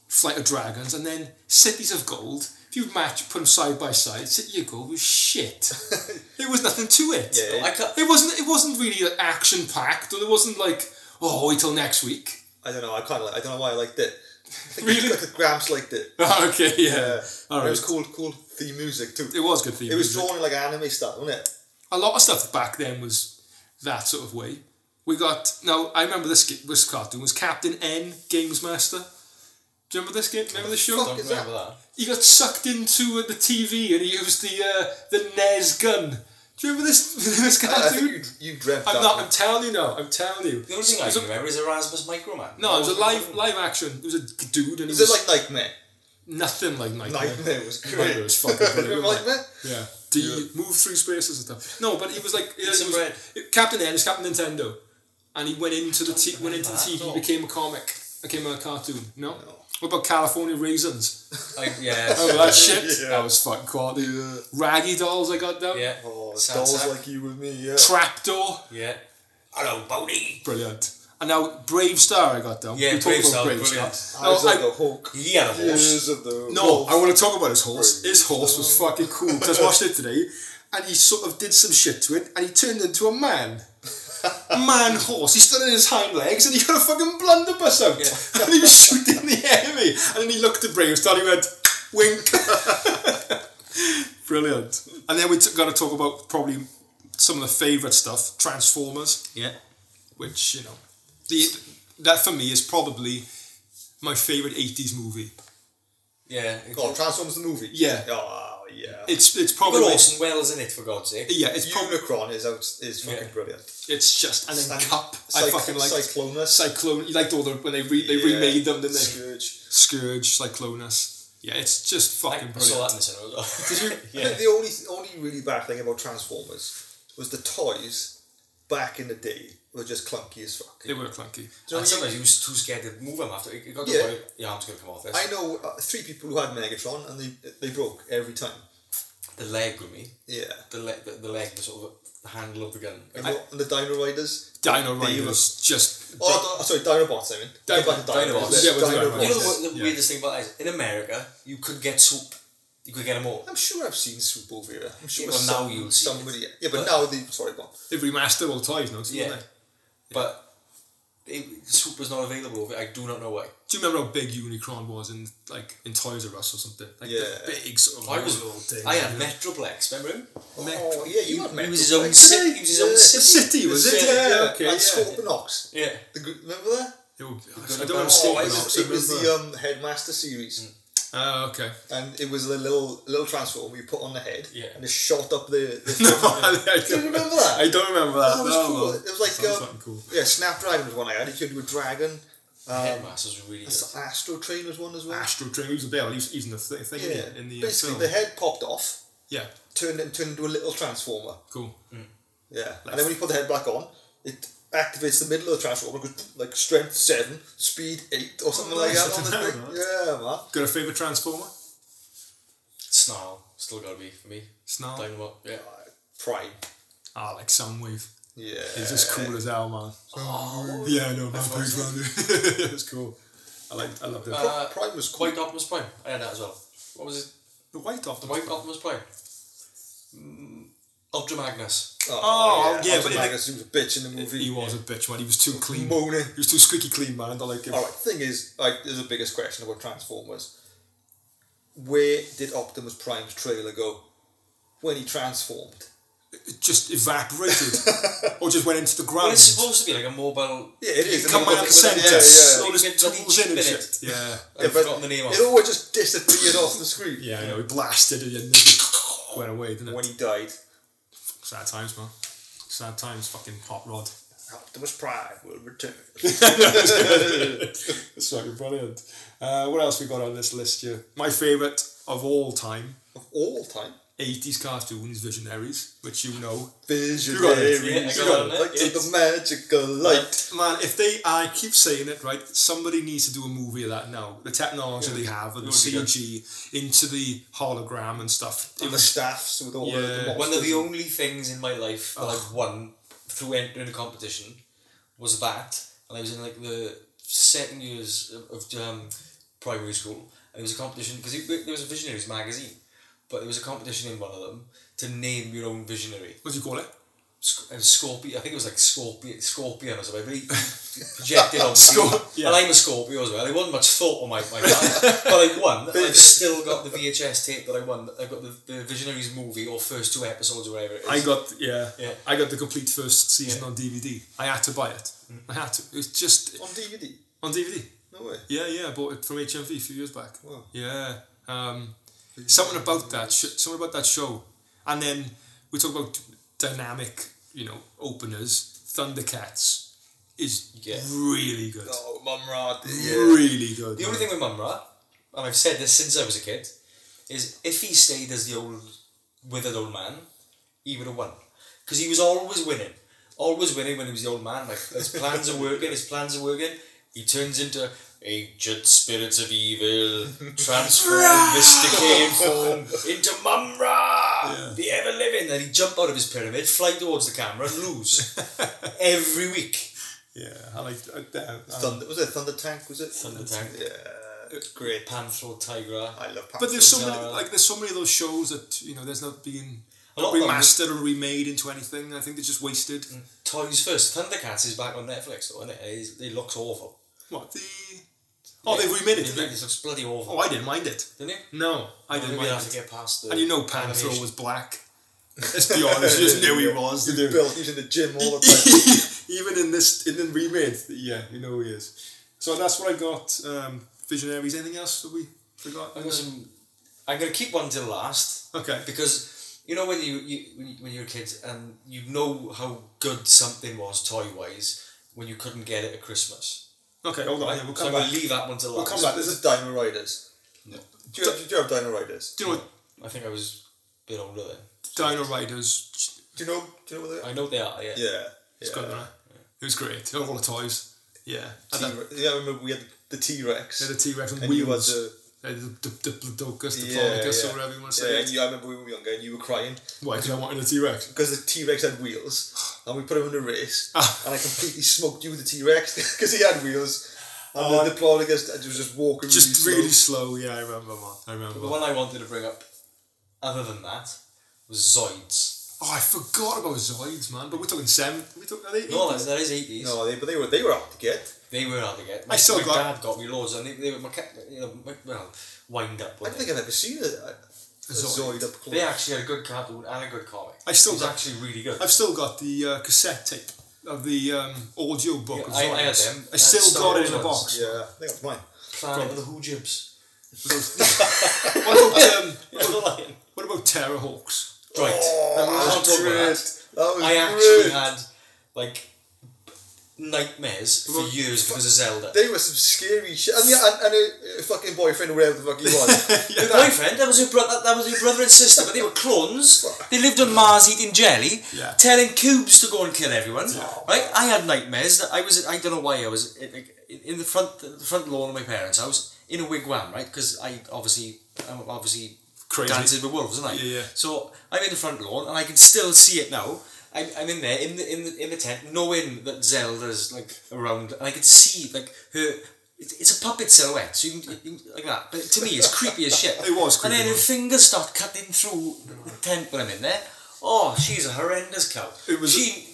[SPEAKER 2] Flight of Dragons, and then Cities of Gold. If you match put them side by side, City of Gold was shit. there was nothing to it.
[SPEAKER 1] Yeah.
[SPEAKER 3] I can't,
[SPEAKER 2] It wasn't. It wasn't really like action packed, or it wasn't like oh wait till next week.
[SPEAKER 1] I don't know. I kind of like. I don't know why I liked it.
[SPEAKER 2] Really?
[SPEAKER 1] Like the Gramps liked it.
[SPEAKER 2] okay, yeah.
[SPEAKER 1] Yeah.
[SPEAKER 2] All
[SPEAKER 1] It
[SPEAKER 2] right.
[SPEAKER 1] was cool. Cool theme music too.
[SPEAKER 2] It was good theme.
[SPEAKER 1] It was
[SPEAKER 2] music.
[SPEAKER 1] drawn in like anime style, wasn't it?
[SPEAKER 2] a lot of stuff back then was that sort of way. We got now. I remember this ga- this cartoon was Captain N Games Master. Do you remember this game? Remember this show?
[SPEAKER 1] Fuck
[SPEAKER 3] don't
[SPEAKER 1] is
[SPEAKER 3] remember that.
[SPEAKER 2] He got sucked into uh, the TV and he used the uh, the NES gun. Do you remember this this
[SPEAKER 1] I, I think
[SPEAKER 2] cartoon?
[SPEAKER 1] you, you dreamt
[SPEAKER 2] Ah, I'm
[SPEAKER 1] that.
[SPEAKER 2] not.
[SPEAKER 1] one.
[SPEAKER 2] I'm telling you now. I'm telling you.
[SPEAKER 3] The only thing
[SPEAKER 2] It
[SPEAKER 3] I
[SPEAKER 2] was
[SPEAKER 3] can
[SPEAKER 2] a-
[SPEAKER 3] remember is Erasmus Microman.
[SPEAKER 2] no, it was a live
[SPEAKER 3] Like,
[SPEAKER 2] live action. It was a dude and he
[SPEAKER 1] Is
[SPEAKER 2] was
[SPEAKER 1] it like Nightmare?
[SPEAKER 2] nothing like Nightmare.
[SPEAKER 1] Nightmare was great.
[SPEAKER 2] Nightmare was fucking brilliant,
[SPEAKER 1] Remember
[SPEAKER 2] wasn't it?
[SPEAKER 1] Nightmare?
[SPEAKER 2] Yeah. Do you move through spaces and stuff? No, but he was like he
[SPEAKER 3] Some
[SPEAKER 2] was-
[SPEAKER 3] bread.
[SPEAKER 2] Captain N is Captain Nintendo, and he went into the t- went into the
[SPEAKER 3] remember
[SPEAKER 2] TV,
[SPEAKER 3] that at all.
[SPEAKER 2] became a comic, became a cartoon. No. What about California Raisins?
[SPEAKER 3] I, yeah.
[SPEAKER 2] Oh, that shit.
[SPEAKER 1] Yeah.
[SPEAKER 2] That was fucking quality.
[SPEAKER 1] Yeah.
[SPEAKER 2] Raggy dolls I got down.
[SPEAKER 3] yeah.
[SPEAKER 1] Oh,
[SPEAKER 3] Sad
[SPEAKER 1] dolls
[SPEAKER 3] sack.
[SPEAKER 1] like you with me. Yeah.
[SPEAKER 2] Trapdoor.
[SPEAKER 3] Yeah. hello, Bodie.
[SPEAKER 2] Brilliant. And now Brave Star I got down.
[SPEAKER 3] Yeah,
[SPEAKER 2] We talked
[SPEAKER 3] Brave
[SPEAKER 2] about
[SPEAKER 3] Star,
[SPEAKER 2] Brave
[SPEAKER 3] brilliant.
[SPEAKER 2] Star. Now,
[SPEAKER 1] Eyes of
[SPEAKER 2] I-
[SPEAKER 1] the Hawk.
[SPEAKER 3] He had a horse.
[SPEAKER 1] Ears of the
[SPEAKER 2] No,
[SPEAKER 1] Wolf.
[SPEAKER 2] I want to talk about his horse.
[SPEAKER 1] Brave
[SPEAKER 2] His horse was fucking cool. 'cause I watched it today, and he sort of did some shit to it, and he turned into a man. Man horse. He stood on his hind legs, and he got a fucking blunderbuss out,
[SPEAKER 3] Yeah.
[SPEAKER 2] and he was shooting the enemy. And then he looked at Brave Star, and he went wink. Brilliant. And then we t- got to talk about probably some of the favourite stuff, Transformers
[SPEAKER 3] Yeah.
[SPEAKER 2] which you know, the that for me is probably my favorite '80s movie.
[SPEAKER 3] Yeah. It
[SPEAKER 1] God, Transformers the movie.
[SPEAKER 2] Yeah.
[SPEAKER 1] Oh, yeah.
[SPEAKER 2] It's it's probably
[SPEAKER 3] got Orson Welles in it, for God's sake.
[SPEAKER 2] yeah, it's probably
[SPEAKER 1] Unicron is out, is fucking
[SPEAKER 3] Yeah.
[SPEAKER 1] brilliant.
[SPEAKER 2] it's just and then
[SPEAKER 1] Cyc-
[SPEAKER 2] Cup. I
[SPEAKER 1] Cyc-
[SPEAKER 2] fucking liked
[SPEAKER 1] Cyclonus.
[SPEAKER 2] Cyclone. You liked all the when they re, they
[SPEAKER 1] Yeah.
[SPEAKER 2] remade them, didn't they?
[SPEAKER 1] Scourge.
[SPEAKER 2] Scourge, Cyclonus. Yeah, it's just
[SPEAKER 3] I,
[SPEAKER 2] fucking
[SPEAKER 3] I saw
[SPEAKER 2] brilliant.
[SPEAKER 3] that in the cinema.
[SPEAKER 1] Did you?
[SPEAKER 3] as well.
[SPEAKER 1] I think
[SPEAKER 3] yeah.
[SPEAKER 1] the only only really bad thing about Transformers was the toys back in the day were just clunky as fuck.
[SPEAKER 2] They were clunky.
[SPEAKER 1] Do you know
[SPEAKER 3] and
[SPEAKER 1] what I mean?
[SPEAKER 3] sometimes he was too scared to move him after. It got to
[SPEAKER 1] Yeah.
[SPEAKER 3] the point, your arm's going to come off this.
[SPEAKER 1] I know uh, three people who had Megatron and they they broke every time.
[SPEAKER 3] The leg with me.
[SPEAKER 1] Yeah.
[SPEAKER 3] The leg, the, the leg, the sort of the handle of the gun.
[SPEAKER 1] And, what- and the Dino Riders.
[SPEAKER 2] Dino
[SPEAKER 1] They
[SPEAKER 2] Rider
[SPEAKER 1] were-
[SPEAKER 2] was just
[SPEAKER 1] Oh, no, sorry, Dinobots. I mean,
[SPEAKER 2] Dino-
[SPEAKER 1] Go back to
[SPEAKER 3] Dinobots.
[SPEAKER 2] Yeah, with
[SPEAKER 1] Dinobots.
[SPEAKER 2] Dinobots.
[SPEAKER 3] You know
[SPEAKER 2] Yes.
[SPEAKER 3] what the
[SPEAKER 2] Yeah.
[SPEAKER 3] weirdest thing about that is? In America, you could get soup. You could get them all.
[SPEAKER 1] I'm sure I've seen Swoop over here. I'm sure
[SPEAKER 3] Yeah, well,
[SPEAKER 1] some-
[SPEAKER 3] now you'll see it.
[SPEAKER 1] somebody. Yeah, but,
[SPEAKER 3] But-
[SPEAKER 1] now the sorry, go on.
[SPEAKER 2] they remastered all toys now, didn't
[SPEAKER 3] Yeah.
[SPEAKER 2] they?
[SPEAKER 3] But it, soup was not available. over- I do not know why.
[SPEAKER 2] Do you remember how big Unicron was in like in Toys R Us or something? Like
[SPEAKER 1] Yeah.
[SPEAKER 2] the big sort of
[SPEAKER 3] I was
[SPEAKER 2] little thing.
[SPEAKER 3] I had Metroplex. Remember him?
[SPEAKER 1] Oh, yeah, you had
[SPEAKER 3] He
[SPEAKER 1] Megatron.
[SPEAKER 3] was his own
[SPEAKER 1] Like,
[SPEAKER 3] city. He was his own
[SPEAKER 1] yeah.
[SPEAKER 3] city.
[SPEAKER 2] City was it?
[SPEAKER 3] Yeah,
[SPEAKER 2] Yeah,
[SPEAKER 1] Yeah,
[SPEAKER 2] okay.
[SPEAKER 1] and
[SPEAKER 2] yeah.
[SPEAKER 1] Scorponox.
[SPEAKER 3] Yeah.
[SPEAKER 1] The gr- remember that?
[SPEAKER 2] It would- I
[SPEAKER 3] Good
[SPEAKER 2] don't have
[SPEAKER 3] about-
[SPEAKER 1] Oh,
[SPEAKER 2] Scorpion
[SPEAKER 1] it was,
[SPEAKER 2] Ops, I
[SPEAKER 1] it was
[SPEAKER 2] remember.
[SPEAKER 1] the um, Headmaster series,
[SPEAKER 2] Ah, okay.
[SPEAKER 1] and it was the little little transform you put on the head,
[SPEAKER 3] Yeah.
[SPEAKER 1] and it shot up the. the
[SPEAKER 2] No, I don't
[SPEAKER 1] Do you remember that?
[SPEAKER 2] I don't remember that.
[SPEAKER 1] That was
[SPEAKER 2] no,
[SPEAKER 1] cool.
[SPEAKER 2] no.
[SPEAKER 1] It was like,
[SPEAKER 2] Sounds
[SPEAKER 1] um,
[SPEAKER 2] fucking cool.
[SPEAKER 1] yeah, Snapdragon was one I had. You could do a dragon. Um,
[SPEAKER 3] Headmasters was really good.
[SPEAKER 1] S- Astro Train was one as well.
[SPEAKER 2] Astro Train. He was a bell. He was, he's in the th- thing
[SPEAKER 1] yeah,
[SPEAKER 2] yeah. in the uh,
[SPEAKER 1] basically
[SPEAKER 2] film.
[SPEAKER 1] the head popped off,
[SPEAKER 2] yeah,
[SPEAKER 1] turned it- turned into a little transformer.
[SPEAKER 2] cool.
[SPEAKER 1] Yeah, and then when you put the head back on, it activates the middle of the transformer, goes, like strength seven, speed eight, or something like that.
[SPEAKER 2] nice.
[SPEAKER 1] On the
[SPEAKER 2] I
[SPEAKER 1] thing.
[SPEAKER 2] don't know.
[SPEAKER 1] Yeah, man.
[SPEAKER 2] Got a favorite Transformer?
[SPEAKER 3] Snarl still gotta be for me.
[SPEAKER 2] Snarl.
[SPEAKER 3] Dynamo. Yeah.
[SPEAKER 1] Prime.
[SPEAKER 2] Ah, like Soundwave.
[SPEAKER 1] Yeah.
[SPEAKER 2] He's just cool as hell, man. yeah, no, man. Praise man. It's cool. I like. I love that.
[SPEAKER 3] Uh,
[SPEAKER 1] Prime was quite.
[SPEAKER 3] White Optimus Prime. I had that as well. What was it?
[SPEAKER 2] the White off
[SPEAKER 3] The White Optimus Prime. Mm, Ultra Magnus.
[SPEAKER 2] Oh, yeah, but
[SPEAKER 1] but
[SPEAKER 2] in
[SPEAKER 1] Magnus, he was a bitch in the movie.
[SPEAKER 2] He was a bitch, man. He was too clean. He
[SPEAKER 1] moaning.
[SPEAKER 2] was too squeaky clean, man. I don't like him.
[SPEAKER 1] All right. Thing is, like, there's the biggest question about Transformers. Where did Optimus Prime's trailer go when he transformed?
[SPEAKER 2] It just evaporated, or just went into the ground.
[SPEAKER 3] Well, it's supposed to be like a mobile.
[SPEAKER 1] Yeah, it is.
[SPEAKER 2] Come
[SPEAKER 1] Yeah,
[SPEAKER 2] out of the
[SPEAKER 1] yeah, yeah.
[SPEAKER 2] sentence. All his
[SPEAKER 3] You get bloody
[SPEAKER 2] tools in and
[SPEAKER 3] chip in
[SPEAKER 2] shit. Yeah.
[SPEAKER 3] I've
[SPEAKER 1] but
[SPEAKER 3] forgotten the name of.
[SPEAKER 1] It all just disappeared off the screen.
[SPEAKER 2] Yeah, I know. He blasted it and then just went away, didn't it?
[SPEAKER 1] When he died,
[SPEAKER 2] Sad times, man. Sad times, fucking hot rod.
[SPEAKER 1] Optimus Prime will return.
[SPEAKER 2] It's fucking brilliant. Uh, what else we got on this list here? My favourite of all time,
[SPEAKER 1] of all time.
[SPEAKER 2] 80s cartoons, Visionaries, which you know.
[SPEAKER 1] Visionaries.
[SPEAKER 3] Yeah, I
[SPEAKER 2] You
[SPEAKER 3] got it.
[SPEAKER 1] Like to the
[SPEAKER 3] It's-
[SPEAKER 1] magical light.
[SPEAKER 2] Man, if they, I keep saying it, right, somebody needs to do a movie of that now. The technology they have and the
[SPEAKER 3] It would
[SPEAKER 2] CG into the hologram and stuff. It
[SPEAKER 1] And the
[SPEAKER 2] was,
[SPEAKER 1] staffs with all
[SPEAKER 2] Yeah.
[SPEAKER 1] the, the monsters.
[SPEAKER 3] One of the only things in my life that I've won through entering a competition was that, and I was in like the second years of, of um, primary school. And it was a competition because there was a Visionaries magazine, but there was a competition in one of them to name your own visionary.
[SPEAKER 2] what do you call it?
[SPEAKER 3] Sc- and Scorpio, I think it was like Scorpio, Scorpion or something, but he projected on
[SPEAKER 2] Scorp- yeah.
[SPEAKER 3] And I'm a Scorpio as well. I wasn't much thought on my, my plan, but I won. I've still got the VHS tape that I won. I've got the, the Visionaries movie or first two episodes or whatever it is.
[SPEAKER 2] I got yeah,
[SPEAKER 3] Yeah.
[SPEAKER 2] I got the complete first season
[SPEAKER 3] Yeah.
[SPEAKER 2] on DVD. I had to buy it. I had to. It was just
[SPEAKER 1] On DVD.
[SPEAKER 2] on DVD.
[SPEAKER 1] No way.
[SPEAKER 2] Yeah, yeah, I bought it from HMV a few years back.
[SPEAKER 1] Wow.
[SPEAKER 2] Yeah, um, something about that. Sh- something about that show, and then we talk about dynamic, you know, openers. Thundercats is
[SPEAKER 3] Yeah.
[SPEAKER 2] really good,
[SPEAKER 1] Oh, Mumrad.
[SPEAKER 2] really good.
[SPEAKER 3] the only
[SPEAKER 2] man.
[SPEAKER 3] thing with Mumra, and I've said this since I was a kid, is if he stayed as the old withered old man, he would have won. Because he was always winning. Always winning when he was the old man. Like his plans are working, his plans are working. He turns into ancient spirits of evil, transform, mysticated form into Mumra. ah, the ever living. Then he'd jump out of his pyramid, fly towards the camera, and lose every week.
[SPEAKER 2] Yeah, I um, like that.
[SPEAKER 1] Thunder, was it Thunder Tank? Was it
[SPEAKER 3] Thunder Tank.
[SPEAKER 1] Yeah, it's great.
[SPEAKER 3] Panthro Tigra.
[SPEAKER 1] I love.
[SPEAKER 2] But there's so
[SPEAKER 3] Those
[SPEAKER 2] many
[SPEAKER 3] are-
[SPEAKER 2] like there's so many of those shows that you know there's not being
[SPEAKER 3] A lot of them-
[SPEAKER 2] remastered or remade into anything. I think they're just wasted.
[SPEAKER 3] Toys first. Thundercats is back on Netflix, though, isn't it? It, is, it looks awful.
[SPEAKER 2] What the? Oh, they've remade it.
[SPEAKER 3] It
[SPEAKER 2] didn't they?
[SPEAKER 3] looks bloody awful,
[SPEAKER 2] Oh, I didn't mind it.
[SPEAKER 3] didn't it?
[SPEAKER 2] No, I didn't
[SPEAKER 3] Maybe
[SPEAKER 2] mind
[SPEAKER 3] they have to
[SPEAKER 2] it.
[SPEAKER 3] get past the.
[SPEAKER 2] And you know, Panthro
[SPEAKER 3] animation.
[SPEAKER 2] was black. Let's be honest, you just knew he was.
[SPEAKER 1] You
[SPEAKER 2] didn't you?
[SPEAKER 1] built. He's in the gym all the time.
[SPEAKER 2] Even in this, in the remade, yeah, you know who he is. So that's what I got. Um, Visionaries. Anything else that we forgot? Um,
[SPEAKER 3] I've got some- I'm going to keep one till last.
[SPEAKER 2] Okay.
[SPEAKER 3] because you know when you, you when you- when you're a kid and you know how good something was toy wise when you couldn't get it at Christmas.
[SPEAKER 2] Okay. Hold on. Oh, Yeah, we'll
[SPEAKER 3] so
[SPEAKER 2] come
[SPEAKER 3] I'm
[SPEAKER 2] back.
[SPEAKER 3] gonna leave that one to last.
[SPEAKER 2] We'll come back.
[SPEAKER 1] This is Dino Riders.
[SPEAKER 3] No.
[SPEAKER 1] Do you, do you have Dino Riders?
[SPEAKER 2] Do you know what?
[SPEAKER 3] I think I was a bit older then.
[SPEAKER 2] Dino Riders.
[SPEAKER 1] Do you know? Do you know what they are?
[SPEAKER 3] I know they are. Yeah.
[SPEAKER 1] Yeah.
[SPEAKER 2] It's
[SPEAKER 1] yeah.
[SPEAKER 2] got that. It was great. All the toys. Yeah. And that-
[SPEAKER 1] T-Rex. Yeah, I remember we had the T Rex.
[SPEAKER 2] They're the T Rex on
[SPEAKER 1] and you had
[SPEAKER 2] wheels.
[SPEAKER 1] the
[SPEAKER 2] Uh, the the Diplodocus, the
[SPEAKER 1] Yeah,
[SPEAKER 2] Diplodocus,
[SPEAKER 1] yeah.
[SPEAKER 2] or whatever you want to
[SPEAKER 1] yeah,
[SPEAKER 2] say.
[SPEAKER 1] and you, I remember we were younger and you were crying
[SPEAKER 2] Why? Because I wanted a T Rex.
[SPEAKER 1] because the T Rex had wheels, and we put him in a race,
[SPEAKER 2] Ah.
[SPEAKER 1] and I completely smoked you with the T Rex because he had wheels, and
[SPEAKER 2] Oh, I-
[SPEAKER 1] the Diplodocus was just walking
[SPEAKER 2] Just
[SPEAKER 1] really,
[SPEAKER 2] really
[SPEAKER 1] slow.
[SPEAKER 2] slow. Yeah, I remember, man. I remember.
[SPEAKER 3] The one I wanted to bring up, other than that, was Zoids.
[SPEAKER 2] Oh, I forgot about Zoids, man. But we're talking seven. We talking are they?
[SPEAKER 3] No,
[SPEAKER 2] 80s?
[SPEAKER 3] that's, that is eighties.
[SPEAKER 1] No, they, but they were they were out to get.
[SPEAKER 3] They were hard to get. My,
[SPEAKER 2] still
[SPEAKER 3] my
[SPEAKER 2] got-
[SPEAKER 3] dad got me loads, and they, they were my ca- you know my, well wind up.
[SPEAKER 1] I
[SPEAKER 3] weren't
[SPEAKER 1] don't
[SPEAKER 3] they?
[SPEAKER 1] think I've ever seen a, a, a
[SPEAKER 2] Zoid.
[SPEAKER 1] Zoid up close.
[SPEAKER 3] They actually had a good cartoon and a good comic.
[SPEAKER 2] I still
[SPEAKER 3] it was
[SPEAKER 2] got-
[SPEAKER 3] actually really good.
[SPEAKER 2] I've still got the uh, cassette tape of the um, audio book.
[SPEAKER 3] Yeah,
[SPEAKER 2] of
[SPEAKER 3] I- I had
[SPEAKER 2] Zoids.
[SPEAKER 3] them.
[SPEAKER 2] I
[SPEAKER 3] I
[SPEAKER 2] still
[SPEAKER 3] still
[SPEAKER 2] got
[SPEAKER 3] had
[SPEAKER 2] it in a
[SPEAKER 3] Zoids.
[SPEAKER 2] box.
[SPEAKER 1] yeah, I think that's mine.
[SPEAKER 3] Planet of the Hoojibs.
[SPEAKER 2] What about um,
[SPEAKER 3] Right.
[SPEAKER 2] what about Terrorhawks?
[SPEAKER 1] Oh,
[SPEAKER 2] oh,
[SPEAKER 3] I can't talk about that.
[SPEAKER 1] That was
[SPEAKER 3] I
[SPEAKER 1] great.
[SPEAKER 3] actually had like nightmares for years because of Zelda.
[SPEAKER 1] They were some scary shit. And, yeah, and, and a, a fucking boyfriend or whatever the fuck he was.
[SPEAKER 3] Your boyfriend, that was your brother. That was your brother and sister, but they were clones. They lived on Mars eating jelly,
[SPEAKER 2] Yeah.
[SPEAKER 3] telling cubes to go and kill everyone. Right? I had nightmares that I was. I don't know why I was in, in the front the front lawn of my parents' house in a wigwam, right? Because I obviously I'm obviously
[SPEAKER 2] Crazy.
[SPEAKER 3] dances with wolves, isn't I?
[SPEAKER 2] Yeah, yeah.
[SPEAKER 3] So I'm in the front lawn and I can still see it now. I'm, I'm in there in the, in the in the tent, knowing that Zelda's like around, and I can see like her. It's, it's a puppet silhouette, so you can, you can like that. But to me, it's creepy as shit.
[SPEAKER 2] It was creepy,
[SPEAKER 3] And then her
[SPEAKER 2] wasn't
[SPEAKER 3] fingers start cutting through the tent when I'm in there. Oh, she's a horrendous cow.
[SPEAKER 2] It was-
[SPEAKER 3] she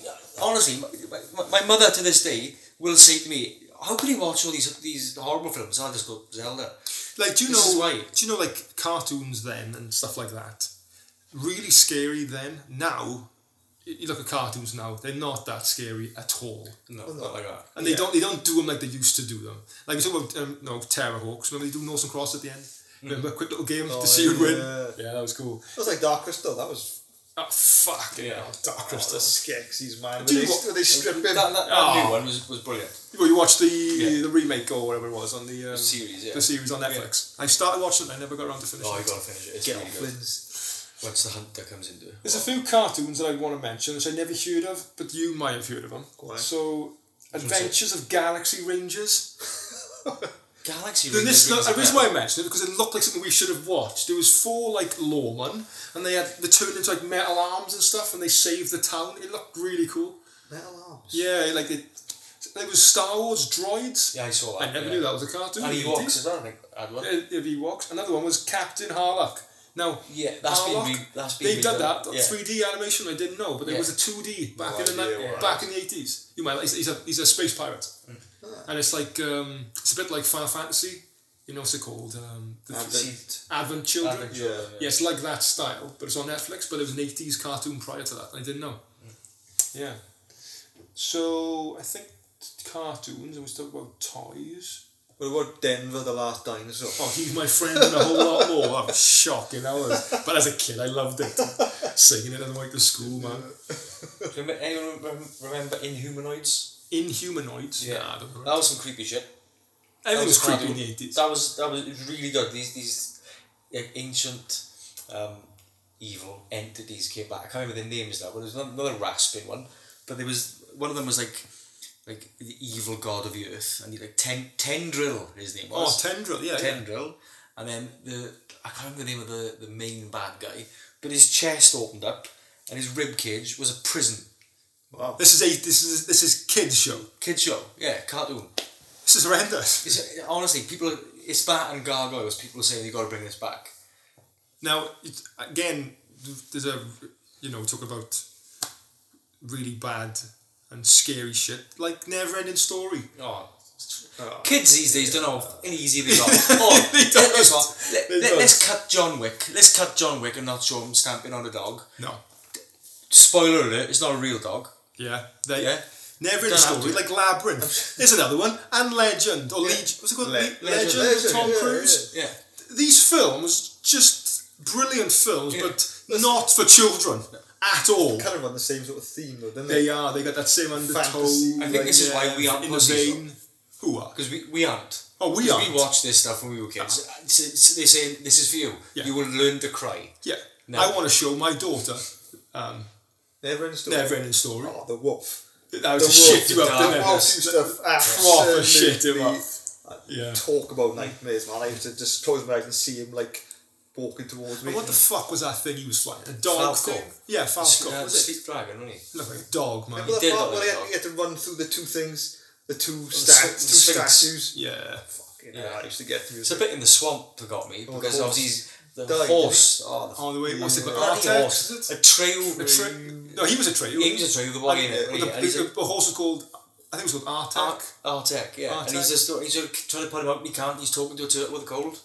[SPEAKER 3] honestly, my, my, my mother to this day will say to me, "How can you watch all these these horrible films?" And I just go Zelda.
[SPEAKER 2] Like, do you
[SPEAKER 3] This is
[SPEAKER 2] know?
[SPEAKER 3] why.
[SPEAKER 2] Do you know like cartoons then and stuff like that? Really scary then. Now, y- you look at cartoons now; they're not that scary at all.
[SPEAKER 3] No, not like that.
[SPEAKER 2] And they don't they don't do them like they used to do them. Like we talk about um, no Terror Hawks. Remember they do Norse and Cross at the end. Remember a quick little game to see who'd win.
[SPEAKER 1] Oh, yeah.
[SPEAKER 2] Mm. Yeah, that was cool.
[SPEAKER 1] That was like Dark Crystal. That was
[SPEAKER 2] Oh fuck yeah, Dark
[SPEAKER 1] the
[SPEAKER 2] Crystal.
[SPEAKER 1] Skeksis, man.
[SPEAKER 2] Do
[SPEAKER 1] Oh. Do they,
[SPEAKER 2] you what-
[SPEAKER 1] they strip him.
[SPEAKER 3] That, Ah. that, that
[SPEAKER 2] Oh.
[SPEAKER 3] new one was, was brilliant.
[SPEAKER 2] Well, you watched the
[SPEAKER 3] Yeah.
[SPEAKER 2] the remake or whatever it was on the, um,
[SPEAKER 3] series, yeah.
[SPEAKER 2] the series on Netflix. I started watching it. I never got around to finishing.
[SPEAKER 3] Oh, you
[SPEAKER 2] it.
[SPEAKER 3] gotta finish it. It's
[SPEAKER 1] Get
[SPEAKER 3] really
[SPEAKER 1] off
[SPEAKER 3] good.
[SPEAKER 1] Flins.
[SPEAKER 3] Once the hunter comes into it.
[SPEAKER 2] There's a few cartoons that I want to mention which I never heard of, but you might have heard of them.
[SPEAKER 1] on.
[SPEAKER 2] So, Adventures of Galaxy Rangers.
[SPEAKER 3] Galaxy
[SPEAKER 2] The
[SPEAKER 3] Rangers
[SPEAKER 2] this, no,
[SPEAKER 3] rings a
[SPEAKER 2] the reason
[SPEAKER 3] bell.
[SPEAKER 2] why I mentioned it because it looked like something we should have watched. There was four like lawmen, and they had they turned into like metal arms and stuff, and they saved the town. It looked really cool.
[SPEAKER 1] Metal arms.
[SPEAKER 2] Yeah, like it. It was Star Wars droids.
[SPEAKER 3] Yeah, I saw that.
[SPEAKER 2] I never
[SPEAKER 3] yeah.
[SPEAKER 2] knew that was a cartoon.
[SPEAKER 3] And he
[SPEAKER 2] It
[SPEAKER 3] walks
[SPEAKER 2] is.
[SPEAKER 3] as well, I think. I'd love
[SPEAKER 2] Uh, If he walks. Another one was Captain Harlock. Now,
[SPEAKER 3] Yeah, that's been
[SPEAKER 2] Harlock,
[SPEAKER 3] re- that's been
[SPEAKER 2] they did
[SPEAKER 3] redone,
[SPEAKER 2] that
[SPEAKER 3] yeah.
[SPEAKER 2] three D animation. I didn't know, but there
[SPEAKER 3] Yeah.
[SPEAKER 2] was a two D back
[SPEAKER 1] No
[SPEAKER 2] in the
[SPEAKER 1] idea
[SPEAKER 2] ni-
[SPEAKER 1] what
[SPEAKER 2] back in the eighties. You might he's, he's a he's a space pirate,
[SPEAKER 3] Hmm.
[SPEAKER 2] and it's like um, it's a bit like Final Fantasy. You know what's it called? Um, the
[SPEAKER 1] Advent.
[SPEAKER 2] Advent, Children.
[SPEAKER 3] Advent
[SPEAKER 1] Yeah.
[SPEAKER 3] Children,
[SPEAKER 2] Yeah, it's like that style, but it's on Netflix. But it was an eighties cartoon prior to that. I didn't know.
[SPEAKER 3] Hmm.
[SPEAKER 2] Yeah. So I think cartoons, and we talk about toys.
[SPEAKER 1] What about Denver, the last dinosaur?
[SPEAKER 2] Oh, he's my friend and a whole lot more. That was shocking. That was, but as a kid, I loved it. Singing it on the way to school, man.
[SPEAKER 3] Do you remember- anyone rem- remember Inhumanoids?
[SPEAKER 2] Inhumanoids. Yeah, nah, I don't know.
[SPEAKER 3] That was some creepy shit.
[SPEAKER 2] Everything was creepy in
[SPEAKER 3] cartoon.
[SPEAKER 2] the eighties.
[SPEAKER 3] That was that was it was really good. These these like, ancient um, evil entities came back. I can't remember their names now, but there was another rasping one. But there was one of them was like like the evil god of the earth, and he like ten, Tendril his name
[SPEAKER 2] Oh,
[SPEAKER 3] was.
[SPEAKER 2] tendril. Yeah, yeah.
[SPEAKER 3] Tendril, and then the I can't remember the name of the, the main bad guy, but his chest opened up and his rib cage was a prison.
[SPEAKER 1] Wow.
[SPEAKER 2] This is eight. This is this is kids show.
[SPEAKER 3] Kid show, yeah, cartoon.
[SPEAKER 2] This is horrendous.
[SPEAKER 3] It's, honestly, people. Are, it's that and gargoyles. People are saying you got to bring this back.
[SPEAKER 2] Now it, again, there's a you know talk about really bad and scary shit like never ending story.
[SPEAKER 3] Oh.
[SPEAKER 1] Oh.
[SPEAKER 3] Kids these days don't know how easy they are. Oh, tell us what, let,
[SPEAKER 2] They
[SPEAKER 3] let, us cut John Wick. Let's cut John Wick and not show him stamping on a dog.
[SPEAKER 2] No.
[SPEAKER 3] Spoiler alert, it's not a real dog.
[SPEAKER 2] Yeah. They,
[SPEAKER 3] Yeah.
[SPEAKER 2] Never ending
[SPEAKER 3] Don't have
[SPEAKER 2] story
[SPEAKER 3] to.
[SPEAKER 2] like Labyrinth. There's another one and Legend or Leg- What's it called?
[SPEAKER 1] Le-
[SPEAKER 2] Le-
[SPEAKER 1] Legend.
[SPEAKER 2] Legend. with Tom
[SPEAKER 1] Yeah, yeah,
[SPEAKER 2] Cruise.
[SPEAKER 3] Yeah.
[SPEAKER 2] these films just brilliant films,
[SPEAKER 3] Yeah.
[SPEAKER 2] but not for children at all.
[SPEAKER 1] Kind of on the same sort of theme, though, didn't
[SPEAKER 2] They
[SPEAKER 1] they?
[SPEAKER 2] are. They got that same undertone.
[SPEAKER 1] Fantasy.
[SPEAKER 3] I think this is why we aren't
[SPEAKER 2] in the
[SPEAKER 3] pussies,
[SPEAKER 2] vein. Who are?
[SPEAKER 3] Because we, we aren't. Ah.
[SPEAKER 2] Oh, we
[SPEAKER 3] 'Cause
[SPEAKER 2] aren't.
[SPEAKER 3] We watched this stuff when we were kids. It's- it's- they're saying, this is for you.
[SPEAKER 2] Yeah.
[SPEAKER 3] You will learn to cry.
[SPEAKER 2] Yeah.
[SPEAKER 3] No.
[SPEAKER 2] I want to show my daughter um,
[SPEAKER 1] Never in story.
[SPEAKER 2] Never Ending Story.
[SPEAKER 1] Oh, the wolf.
[SPEAKER 2] That
[SPEAKER 1] The
[SPEAKER 2] was just shit you
[SPEAKER 3] wolf,
[SPEAKER 2] up,
[SPEAKER 3] the
[SPEAKER 2] didn't
[SPEAKER 1] Wolf
[SPEAKER 2] it?
[SPEAKER 1] used to
[SPEAKER 2] Proper shit him
[SPEAKER 1] absolutely
[SPEAKER 2] up. Yeah.
[SPEAKER 1] Talk about nightmares, man. I used to just close my eyes and see him like walking towards me.
[SPEAKER 2] And what the fuck was that thing he was flying? The dog
[SPEAKER 3] Falco.
[SPEAKER 2] thing? Yeah, Falco.
[SPEAKER 3] Uh,
[SPEAKER 2] was it?
[SPEAKER 3] Sleep Dragon, wasn't he?
[SPEAKER 2] Looked like a dog, man.
[SPEAKER 1] Remember that
[SPEAKER 3] did
[SPEAKER 1] part
[SPEAKER 3] that
[SPEAKER 1] where
[SPEAKER 3] with
[SPEAKER 1] he
[SPEAKER 3] the
[SPEAKER 1] had, he had to run through the two things, the two
[SPEAKER 3] Sphinx-
[SPEAKER 1] statues,
[SPEAKER 3] the
[SPEAKER 1] two
[SPEAKER 3] Sphinx.
[SPEAKER 1] statues.
[SPEAKER 2] Yeah.
[SPEAKER 1] Fucking
[SPEAKER 3] Yeah.
[SPEAKER 1] hell, I used to get through.
[SPEAKER 3] It's a bit in the swamp that got me.
[SPEAKER 1] Oh, the
[SPEAKER 3] because
[SPEAKER 1] horse.
[SPEAKER 3] obviously the
[SPEAKER 1] Died,
[SPEAKER 3] horse. Oh, the
[SPEAKER 2] Oh, the way, what's it called?
[SPEAKER 3] bloody
[SPEAKER 2] Artex,
[SPEAKER 3] horse.
[SPEAKER 2] is it?
[SPEAKER 3] A trail.
[SPEAKER 2] A tra- no, he was a traitor.
[SPEAKER 3] He was a trail, the boy in
[SPEAKER 1] Yeah,
[SPEAKER 3] it.
[SPEAKER 2] But
[SPEAKER 3] yeah,
[SPEAKER 2] the,
[SPEAKER 3] and he's a-
[SPEAKER 2] the, the horse was called, I think it was called Artek.
[SPEAKER 3] Artek. Artek, yeah. And he's
[SPEAKER 2] Artek.
[SPEAKER 3] just he's just trying to put him up, and he can't. He's talking to a turtle with a cold.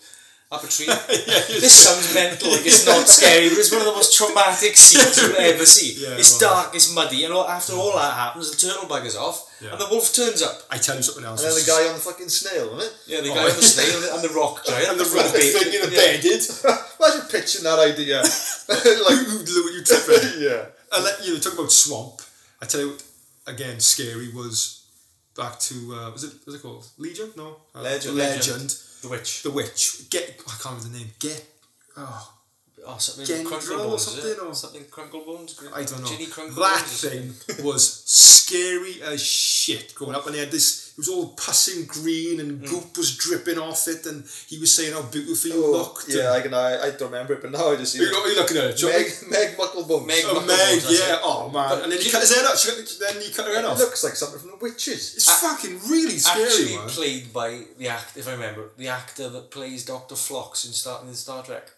[SPEAKER 3] Up a tree.
[SPEAKER 2] yes.
[SPEAKER 3] this sounds mental. Like it's not scary, but it's one of the most traumatic scenes you'll ever see.
[SPEAKER 2] Yeah,
[SPEAKER 3] it's
[SPEAKER 2] well.
[SPEAKER 3] dark, it's muddy, and all, after all that happens, the turtle buggers off,
[SPEAKER 2] Yeah.
[SPEAKER 3] and the wolf turns up.
[SPEAKER 2] I tell you something else.
[SPEAKER 1] and then the
[SPEAKER 2] it's
[SPEAKER 1] guy on the fucking snail, wasn't it?
[SPEAKER 3] Yeah, the
[SPEAKER 2] Oh.
[SPEAKER 3] guy on the snail and the- and the rock giant
[SPEAKER 2] and the
[SPEAKER 3] front
[SPEAKER 2] rabbit
[SPEAKER 3] bacon.
[SPEAKER 2] thing in a
[SPEAKER 3] Yeah.
[SPEAKER 2] bedded.
[SPEAKER 1] Imagine pitching that idea. like,
[SPEAKER 2] you, you tip it.
[SPEAKER 1] yeah.
[SPEAKER 2] And let, you know, talk about swamp. I tell you, what, again, scary was back to uh, was it was it called Legion? No, Uh,
[SPEAKER 1] Legend.
[SPEAKER 2] Legend.
[SPEAKER 3] The witch.
[SPEAKER 2] The witch. Get I can't remember the name. Get. Oh,
[SPEAKER 3] Oh, something
[SPEAKER 2] Gendro
[SPEAKER 3] Crunkle
[SPEAKER 2] or
[SPEAKER 3] Bones, is
[SPEAKER 2] something,
[SPEAKER 3] it?
[SPEAKER 2] or-
[SPEAKER 3] Something Crunkle Bones? Gr-
[SPEAKER 2] I don't know.
[SPEAKER 3] Ginny Crunkle
[SPEAKER 2] that
[SPEAKER 3] Bones?
[SPEAKER 2] thing was scary as shit growing up, and he had this. It was all passing green, and
[SPEAKER 3] Mm.
[SPEAKER 2] goop was dripping off it, and he was saying how beautiful you looked.
[SPEAKER 1] Oh, yeah,
[SPEAKER 2] and-
[SPEAKER 1] I can. I, I don't remember it, but now I just see
[SPEAKER 2] you're,
[SPEAKER 1] it.
[SPEAKER 2] you're looking at it. Johnny.
[SPEAKER 1] Meg, Meg Mucklebones.
[SPEAKER 3] Meg-
[SPEAKER 2] Oh,
[SPEAKER 3] Mucklebones,
[SPEAKER 2] Meg,
[SPEAKER 3] that's
[SPEAKER 2] yeah,
[SPEAKER 3] it.
[SPEAKER 2] oh man.
[SPEAKER 3] But
[SPEAKER 2] and then he
[SPEAKER 3] you-
[SPEAKER 2] cut his head off. she- Then he cut her head
[SPEAKER 1] it
[SPEAKER 2] off.
[SPEAKER 1] looks like something from the witches.
[SPEAKER 2] It's fucking really scary,
[SPEAKER 3] actually
[SPEAKER 2] man.
[SPEAKER 3] played by the act if I remember the actor that plays Doctor Flox in Star in Star Trek.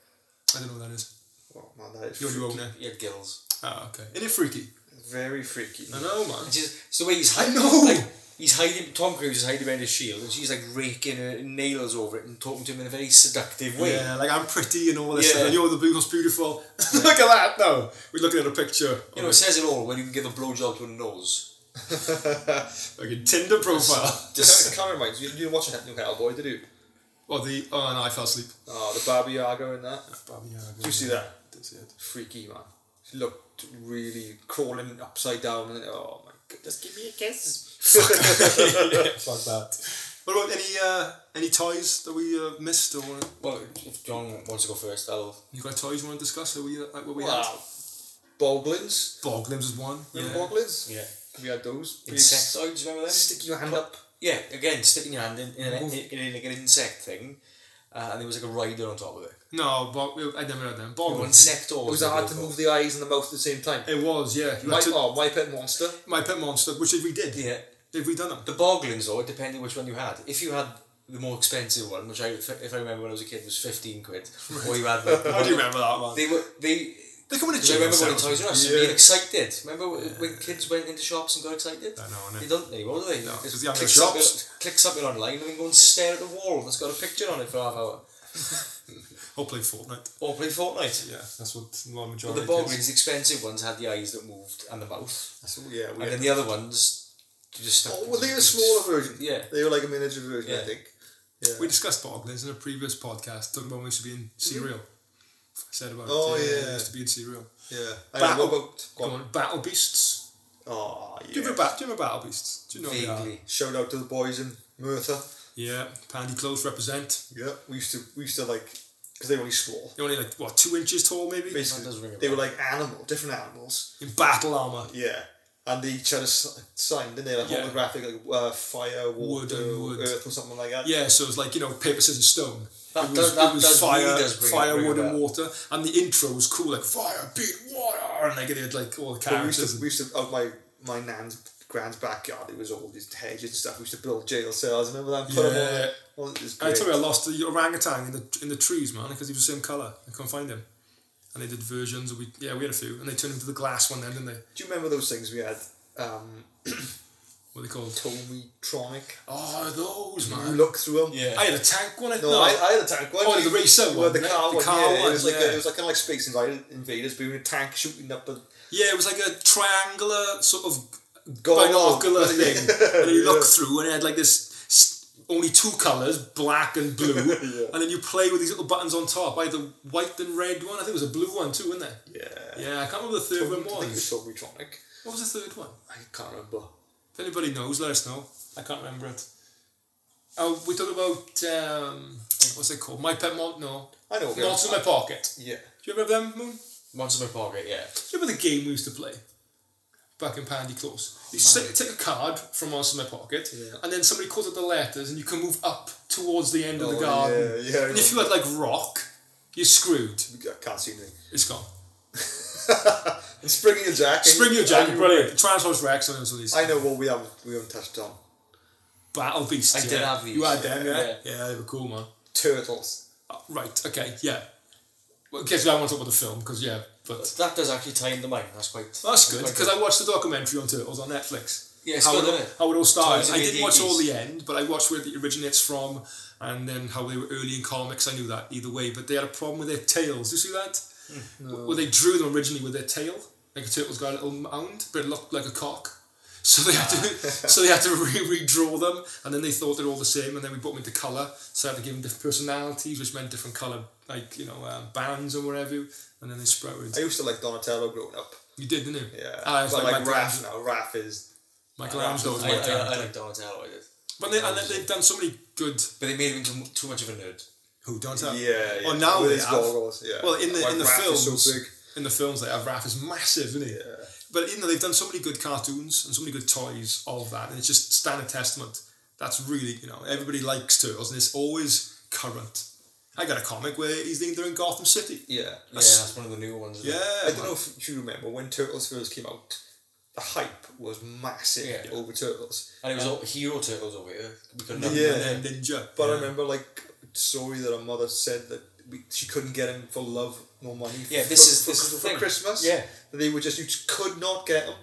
[SPEAKER 2] I don't know what that is.
[SPEAKER 1] Oh man, that is
[SPEAKER 2] You're your
[SPEAKER 1] freaky.
[SPEAKER 2] own name.
[SPEAKER 3] He had gills.
[SPEAKER 2] Ah, okay. Isn't it freaky?
[SPEAKER 1] very freaky.
[SPEAKER 2] I know, man.
[SPEAKER 3] It's, just, it's the way he's
[SPEAKER 2] I
[SPEAKER 3] hiding.
[SPEAKER 2] know!
[SPEAKER 3] Like, he's hiding. Tom Cruise is hiding behind his shield, and she's like raking her nails over it and talking to him in a very seductive way.
[SPEAKER 2] Yeah, like I'm pretty and all this
[SPEAKER 3] Yeah.
[SPEAKER 2] stuff, and you're the most beautiful. Look at that, no. We're looking at a picture
[SPEAKER 3] You
[SPEAKER 2] of
[SPEAKER 3] know,
[SPEAKER 2] a
[SPEAKER 3] it says it all when you can give a blowjob to a nose.
[SPEAKER 2] fucking Tinder profile.
[SPEAKER 1] Just kind of reminds me. You didn't watch New Hellboy, did you?
[SPEAKER 2] Or the. Oh, no, I fell asleep.
[SPEAKER 1] Oh, the Baba Yaga and that.
[SPEAKER 2] Did
[SPEAKER 1] Did you see that?
[SPEAKER 2] Didn't see it.
[SPEAKER 1] Freaky man. She looked really crawling upside down. And, oh my god, just give me a kiss.
[SPEAKER 2] Fuck that. What about any uh, any toys that we uh, missed or
[SPEAKER 3] Well, if John wants to go first, I'll.
[SPEAKER 2] you got toys you want to discuss? Are we uh, like what we had?
[SPEAKER 1] Wow. Boglins.
[SPEAKER 2] Boglins was one. Yeah.
[SPEAKER 1] Remember Boglins?
[SPEAKER 3] Yeah.
[SPEAKER 1] We had those. We
[SPEAKER 3] Insectoids, remember them?
[SPEAKER 1] Stick your hand up.
[SPEAKER 3] Yeah, again, sticking your hand in, in, an, in, in like an insect thing, uh, and there was like a rider on top of it.
[SPEAKER 2] No, bog- I never had them.
[SPEAKER 3] Oh,
[SPEAKER 2] Boglins.
[SPEAKER 3] insectoids.
[SPEAKER 1] It was hard to move the eyes and the mouth at the same time.
[SPEAKER 2] It was, yeah. You
[SPEAKER 1] My,
[SPEAKER 2] had to-
[SPEAKER 1] oh, my pet monster.
[SPEAKER 2] My Pet Monster, which we did.
[SPEAKER 3] Yeah.
[SPEAKER 2] They've redone them.
[SPEAKER 3] The Boglins, though, it depended which one you had. If you had the more expensive one, which I, if I remember when I was a kid, was fifteen quid, or you had the,
[SPEAKER 2] How do you remember that one?
[SPEAKER 3] they were they.
[SPEAKER 2] They come in a
[SPEAKER 3] Because I
[SPEAKER 2] gym.
[SPEAKER 3] remember going to Toys R Us and
[SPEAKER 1] Yeah.
[SPEAKER 3] being excited. Remember when- when kids went into shops and got excited?
[SPEAKER 2] I know, I know.
[SPEAKER 3] They don't anymore, do they?
[SPEAKER 2] No, 'cause
[SPEAKER 3] Just
[SPEAKER 2] they haven't
[SPEAKER 3] click,
[SPEAKER 2] got
[SPEAKER 3] something,
[SPEAKER 2] shops.
[SPEAKER 3] click something online and then go and stare at the wall that's got a picture on it for half hour.
[SPEAKER 2] Or play Fortnite.
[SPEAKER 3] Or play Fortnite.
[SPEAKER 2] Yeah, that's what the one
[SPEAKER 3] But
[SPEAKER 2] majority
[SPEAKER 3] the Boglins, the expensive ones, had the eyes that moved and the mouth.
[SPEAKER 1] So, yeah, we
[SPEAKER 3] And
[SPEAKER 1] had.
[SPEAKER 3] then the other ones just stuck.
[SPEAKER 1] Oh, well, they were a smaller version.
[SPEAKER 3] Yeah.
[SPEAKER 1] They were like a miniature version, I
[SPEAKER 3] Yeah.
[SPEAKER 1] think. Yeah.
[SPEAKER 2] We discussed Boglins in a previous podcast, talking about when we used to be in cereal. I said about
[SPEAKER 1] Oh,
[SPEAKER 2] it,
[SPEAKER 1] yeah.
[SPEAKER 2] We used to be in cereal.
[SPEAKER 1] yeah. I
[SPEAKER 2] Battle-
[SPEAKER 1] know, what about, go
[SPEAKER 2] Go
[SPEAKER 1] on.
[SPEAKER 2] on, Battle Beasts.
[SPEAKER 1] Oh, yeah.
[SPEAKER 2] Do you, remember, Bat- do you remember Battle Beasts? Do you know what they are?
[SPEAKER 3] Vaguely.
[SPEAKER 1] Shout out to the boys in Merthyr.
[SPEAKER 2] Yeah, Pandy Clothes represent.
[SPEAKER 1] Yeah, we used to we used to like because they were only small.
[SPEAKER 2] They're only like, what, two inches tall maybe?
[SPEAKER 1] Basically,
[SPEAKER 3] does ring a
[SPEAKER 1] they were
[SPEAKER 3] bell.
[SPEAKER 1] like animal, different animals.
[SPEAKER 2] In battle armour.
[SPEAKER 1] Yeah, and they each had a s- sign, didn't they? Like
[SPEAKER 2] Yeah.
[SPEAKER 1] holographic, like uh, fire,
[SPEAKER 2] Wood
[SPEAKER 1] water,
[SPEAKER 2] and wood.
[SPEAKER 1] earth, or something like that.
[SPEAKER 2] Yeah, so it's like you know, paper, scissors, stone.
[SPEAKER 3] That
[SPEAKER 2] it was,
[SPEAKER 3] does- that
[SPEAKER 2] it was
[SPEAKER 3] does really
[SPEAKER 2] fire,
[SPEAKER 3] does bring it-
[SPEAKER 2] fire,
[SPEAKER 3] bring it
[SPEAKER 2] wood, and
[SPEAKER 3] up.
[SPEAKER 2] water, and the intro was cool, like fire, beat water, and like it had like all the
[SPEAKER 1] But we used
[SPEAKER 2] characters.
[SPEAKER 1] to, we used to out my my nan's grand's backyard. It was all these hedges and stuff. We used to build jail cells. Remember that? Put 'em all-
[SPEAKER 2] Yeah.
[SPEAKER 1] all, it was
[SPEAKER 2] I
[SPEAKER 1] great.
[SPEAKER 2] tell you, I lost the orangutan in the in the trees, man, because he was the same color. I couldn't find him. And they did versions. We yeah, we had a few, and they turned into the glass one then, didn't they?
[SPEAKER 1] Do you remember those things we had? Um,
[SPEAKER 2] What are they called?
[SPEAKER 1] Tomy Tronic.
[SPEAKER 2] Oh, those
[SPEAKER 1] You
[SPEAKER 2] man.
[SPEAKER 1] look through them.
[SPEAKER 3] Yeah.
[SPEAKER 2] I had a tank one. I
[SPEAKER 1] No,
[SPEAKER 2] no,
[SPEAKER 1] I, I had a tank one.
[SPEAKER 2] Oh, the
[SPEAKER 1] You-
[SPEAKER 2] racer
[SPEAKER 1] you
[SPEAKER 2] one,
[SPEAKER 1] had The
[SPEAKER 2] yeah,
[SPEAKER 1] car
[SPEAKER 2] the
[SPEAKER 1] one.
[SPEAKER 2] car
[SPEAKER 1] yeah,
[SPEAKER 2] one,
[SPEAKER 1] it was like
[SPEAKER 2] yeah.
[SPEAKER 1] a, it was like kind of like space invaders, invaders, but we were a tank shooting up a
[SPEAKER 2] yeah, it was like a triangular sort of
[SPEAKER 1] goal.
[SPEAKER 2] binocular thing and you
[SPEAKER 1] Yeah.
[SPEAKER 2] look through and it had like this s- only two colours black and blue and then you play with these little buttons on top either white and red one I think it was a blue one too wasn't there
[SPEAKER 1] Yeah.
[SPEAKER 2] yeah I can't remember the third
[SPEAKER 1] I
[SPEAKER 2] one
[SPEAKER 1] think it was
[SPEAKER 2] was
[SPEAKER 1] Tomy Tronic.
[SPEAKER 2] what was the third one
[SPEAKER 1] I can't remember.
[SPEAKER 2] if anybody knows let us know I can't remember it oh we talked about um, what's it called My Pet Mon no
[SPEAKER 1] I know. okay.
[SPEAKER 2] Monster in My Pocket
[SPEAKER 1] Yeah.
[SPEAKER 2] do you remember them Moon
[SPEAKER 3] Monster in my pocket, yeah.
[SPEAKER 2] do you remember the game we used to play back in Pandy Close? You say, take a card from us in my pocket,
[SPEAKER 1] Yeah.
[SPEAKER 2] and then somebody calls out the letters, and you can move up towards the end of
[SPEAKER 1] Oh,
[SPEAKER 2] the garden.
[SPEAKER 1] yeah, yeah, I
[SPEAKER 2] and if you had like rock, you're screwed.
[SPEAKER 1] I can't see anything.
[SPEAKER 2] It's gone.
[SPEAKER 1] And springing your jack. and-
[SPEAKER 2] Spring your jack,
[SPEAKER 1] and-
[SPEAKER 2] brilliant. Transformers Rex and some of these
[SPEAKER 1] I know what we haven't we haven't touched on.
[SPEAKER 2] battle beasts.
[SPEAKER 3] I
[SPEAKER 2] yeah.
[SPEAKER 3] did have these,
[SPEAKER 2] You had
[SPEAKER 3] yeah,
[SPEAKER 2] them, yeah?
[SPEAKER 3] yeah.
[SPEAKER 2] yeah? they were cool, man.
[SPEAKER 1] Turtles.
[SPEAKER 2] Uh, right. Okay. Yeah. Well, okay, so I want to talk about the film because yeah, but
[SPEAKER 3] That does actually tie into mine. That's quite.
[SPEAKER 2] that's good
[SPEAKER 3] quite
[SPEAKER 2] because I watched the documentary on turtles on Netflix.
[SPEAKER 3] Yeah, it's
[SPEAKER 2] how
[SPEAKER 3] good,
[SPEAKER 2] it,
[SPEAKER 3] isn't it?
[SPEAKER 2] how it all started.
[SPEAKER 3] Toys of
[SPEAKER 2] I
[SPEAKER 3] the
[SPEAKER 2] didn't watch all
[SPEAKER 3] 80s.
[SPEAKER 2] the end, but I watched where it originates from, and then how they were early in comics. I knew that either way, but they had a problem with their tails. You see that?
[SPEAKER 1] Hmm.
[SPEAKER 2] Well, they drew them originally with their tail, like a turtle's got a little mound, but it looked like a cock. So they had to, so they had to re- redraw them, and then they thought they're all the same, and then we put them into color. So I had to give them different personalities, which meant different color, like you know, um, bands or whatever. And then they sprouted.
[SPEAKER 1] I used to like Donatello growing up.
[SPEAKER 2] You did, didn't you?
[SPEAKER 1] Yeah.
[SPEAKER 2] Ah, it's
[SPEAKER 1] but
[SPEAKER 2] like,
[SPEAKER 1] like, Raph
[SPEAKER 2] Michelangelo.
[SPEAKER 1] now. Raph is
[SPEAKER 2] Michelangelo was
[SPEAKER 3] I,
[SPEAKER 2] my
[SPEAKER 3] I, I,
[SPEAKER 2] character.
[SPEAKER 3] like Donatello, I did.
[SPEAKER 2] But they, and they- they've done so many good
[SPEAKER 3] But they made him into too much of a nerd.
[SPEAKER 2] Who don't
[SPEAKER 1] yeah.
[SPEAKER 2] have?
[SPEAKER 1] yeah.
[SPEAKER 2] Oh, now
[SPEAKER 1] With
[SPEAKER 2] they
[SPEAKER 1] his
[SPEAKER 2] have.
[SPEAKER 1] goggles, Yeah.
[SPEAKER 2] Well, in the
[SPEAKER 1] Like
[SPEAKER 2] in the
[SPEAKER 1] Raph is
[SPEAKER 2] films,
[SPEAKER 1] so big.
[SPEAKER 2] in the films they have Raph is massive, isn't he?
[SPEAKER 1] Yeah.
[SPEAKER 2] But you know they've done so many good cartoons and so many good toys of that, and it's just stand a testament. That's really you know everybody likes turtles, and it's always current. I got a comic where he's the leader in Gotham City.
[SPEAKER 1] Yeah.
[SPEAKER 3] Yeah, that's one of the new ones. isn't
[SPEAKER 2] Yeah,
[SPEAKER 3] it?
[SPEAKER 1] I don't know if you remember when Turtles first came out. The hype was massive
[SPEAKER 3] Yeah.
[SPEAKER 1] over Turtles,
[SPEAKER 3] And it was all Hero Turtles over here. We couldn't have
[SPEAKER 1] Yeah.
[SPEAKER 2] and then Ninja.
[SPEAKER 1] but
[SPEAKER 2] yeah.
[SPEAKER 1] I remember like a story that her mother said that we, she couldn't get him for love nor money.
[SPEAKER 3] Yeah,
[SPEAKER 1] for,
[SPEAKER 3] this is-
[SPEAKER 1] for,
[SPEAKER 3] this is the
[SPEAKER 1] for
[SPEAKER 3] thing.
[SPEAKER 1] Christmas.
[SPEAKER 3] Yeah.
[SPEAKER 1] they were just you just could not get them,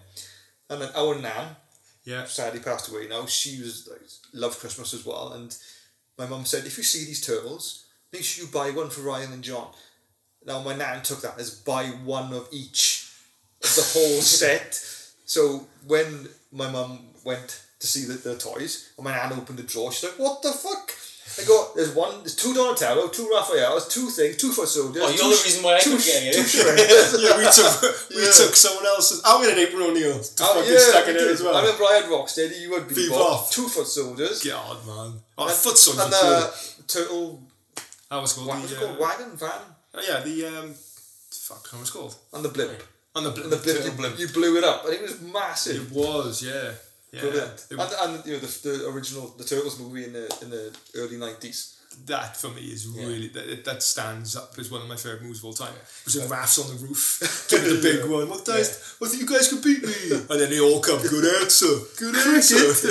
[SPEAKER 1] and then our nan
[SPEAKER 2] yeah,
[SPEAKER 1] sadly passed away now. She was like, loved Christmas as well, and my mum said, if you see these turtles, make sure you buy one for Ryan and John. Now my nan took that as buy one of each of the whole set. So when my mum went to see the, the toys, and my nan opened the drawer, she's like, "What the fuck?" I go, there's one, there's two Donatello, two Raphaels, two things, two foot soldiers.
[SPEAKER 3] Oh, you're
[SPEAKER 1] two
[SPEAKER 3] the
[SPEAKER 1] Sh-
[SPEAKER 3] reason why I
[SPEAKER 1] two
[SPEAKER 3] couldn't
[SPEAKER 1] Sh-
[SPEAKER 3] get any.
[SPEAKER 1] two Shrekers.
[SPEAKER 2] yeah, we took we
[SPEAKER 1] Yeah.
[SPEAKER 2] took someone else's. I'm in an April O'Neil. To
[SPEAKER 1] Oh,
[SPEAKER 2] fucking
[SPEAKER 1] yeah,
[SPEAKER 2] stuck in
[SPEAKER 1] dude,
[SPEAKER 2] it as well.
[SPEAKER 1] I remember I had Rocksteady, you had Bebop,
[SPEAKER 2] Bebop.
[SPEAKER 1] two foot soldiers.
[SPEAKER 2] God, man. Oh, the foot soldier.
[SPEAKER 1] and uh, turtle.
[SPEAKER 2] that was called.
[SPEAKER 1] What was
[SPEAKER 2] the,
[SPEAKER 1] it
[SPEAKER 2] uh,
[SPEAKER 1] called? Wagon van
[SPEAKER 2] oh, yeah, the um, fuck, how was it called?
[SPEAKER 1] and the blimp.
[SPEAKER 2] On the,
[SPEAKER 1] And the blimp, you, you blew it up, and it was massive.
[SPEAKER 2] It was, yeah. Yeah,
[SPEAKER 1] Brilliant.
[SPEAKER 2] It-
[SPEAKER 1] And, and you know the, the original the turtles movie in the in the early nineties.
[SPEAKER 2] that for me is really that, that stands up as one of my favorite movies of all time. It was in Rafts on the roof, doing the big one. What guys? What think you guys could beat me? and then they all come. Good answer. Good answer.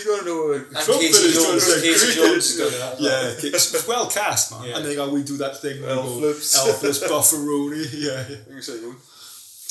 [SPEAKER 1] You gotta know. uh,
[SPEAKER 3] And
[SPEAKER 2] Trump
[SPEAKER 3] Casey
[SPEAKER 2] is trying to
[SPEAKER 3] Jones,
[SPEAKER 2] say
[SPEAKER 3] Casey
[SPEAKER 2] cricket.
[SPEAKER 3] Jones is good at that.
[SPEAKER 2] yeah, okay, it's it's well cast, man.
[SPEAKER 3] Yeah.
[SPEAKER 2] And they go, we do that thing. where we go,
[SPEAKER 1] Elflips.
[SPEAKER 2] Elflips, Buffaroni. Yeah, yeah.
[SPEAKER 1] you say you.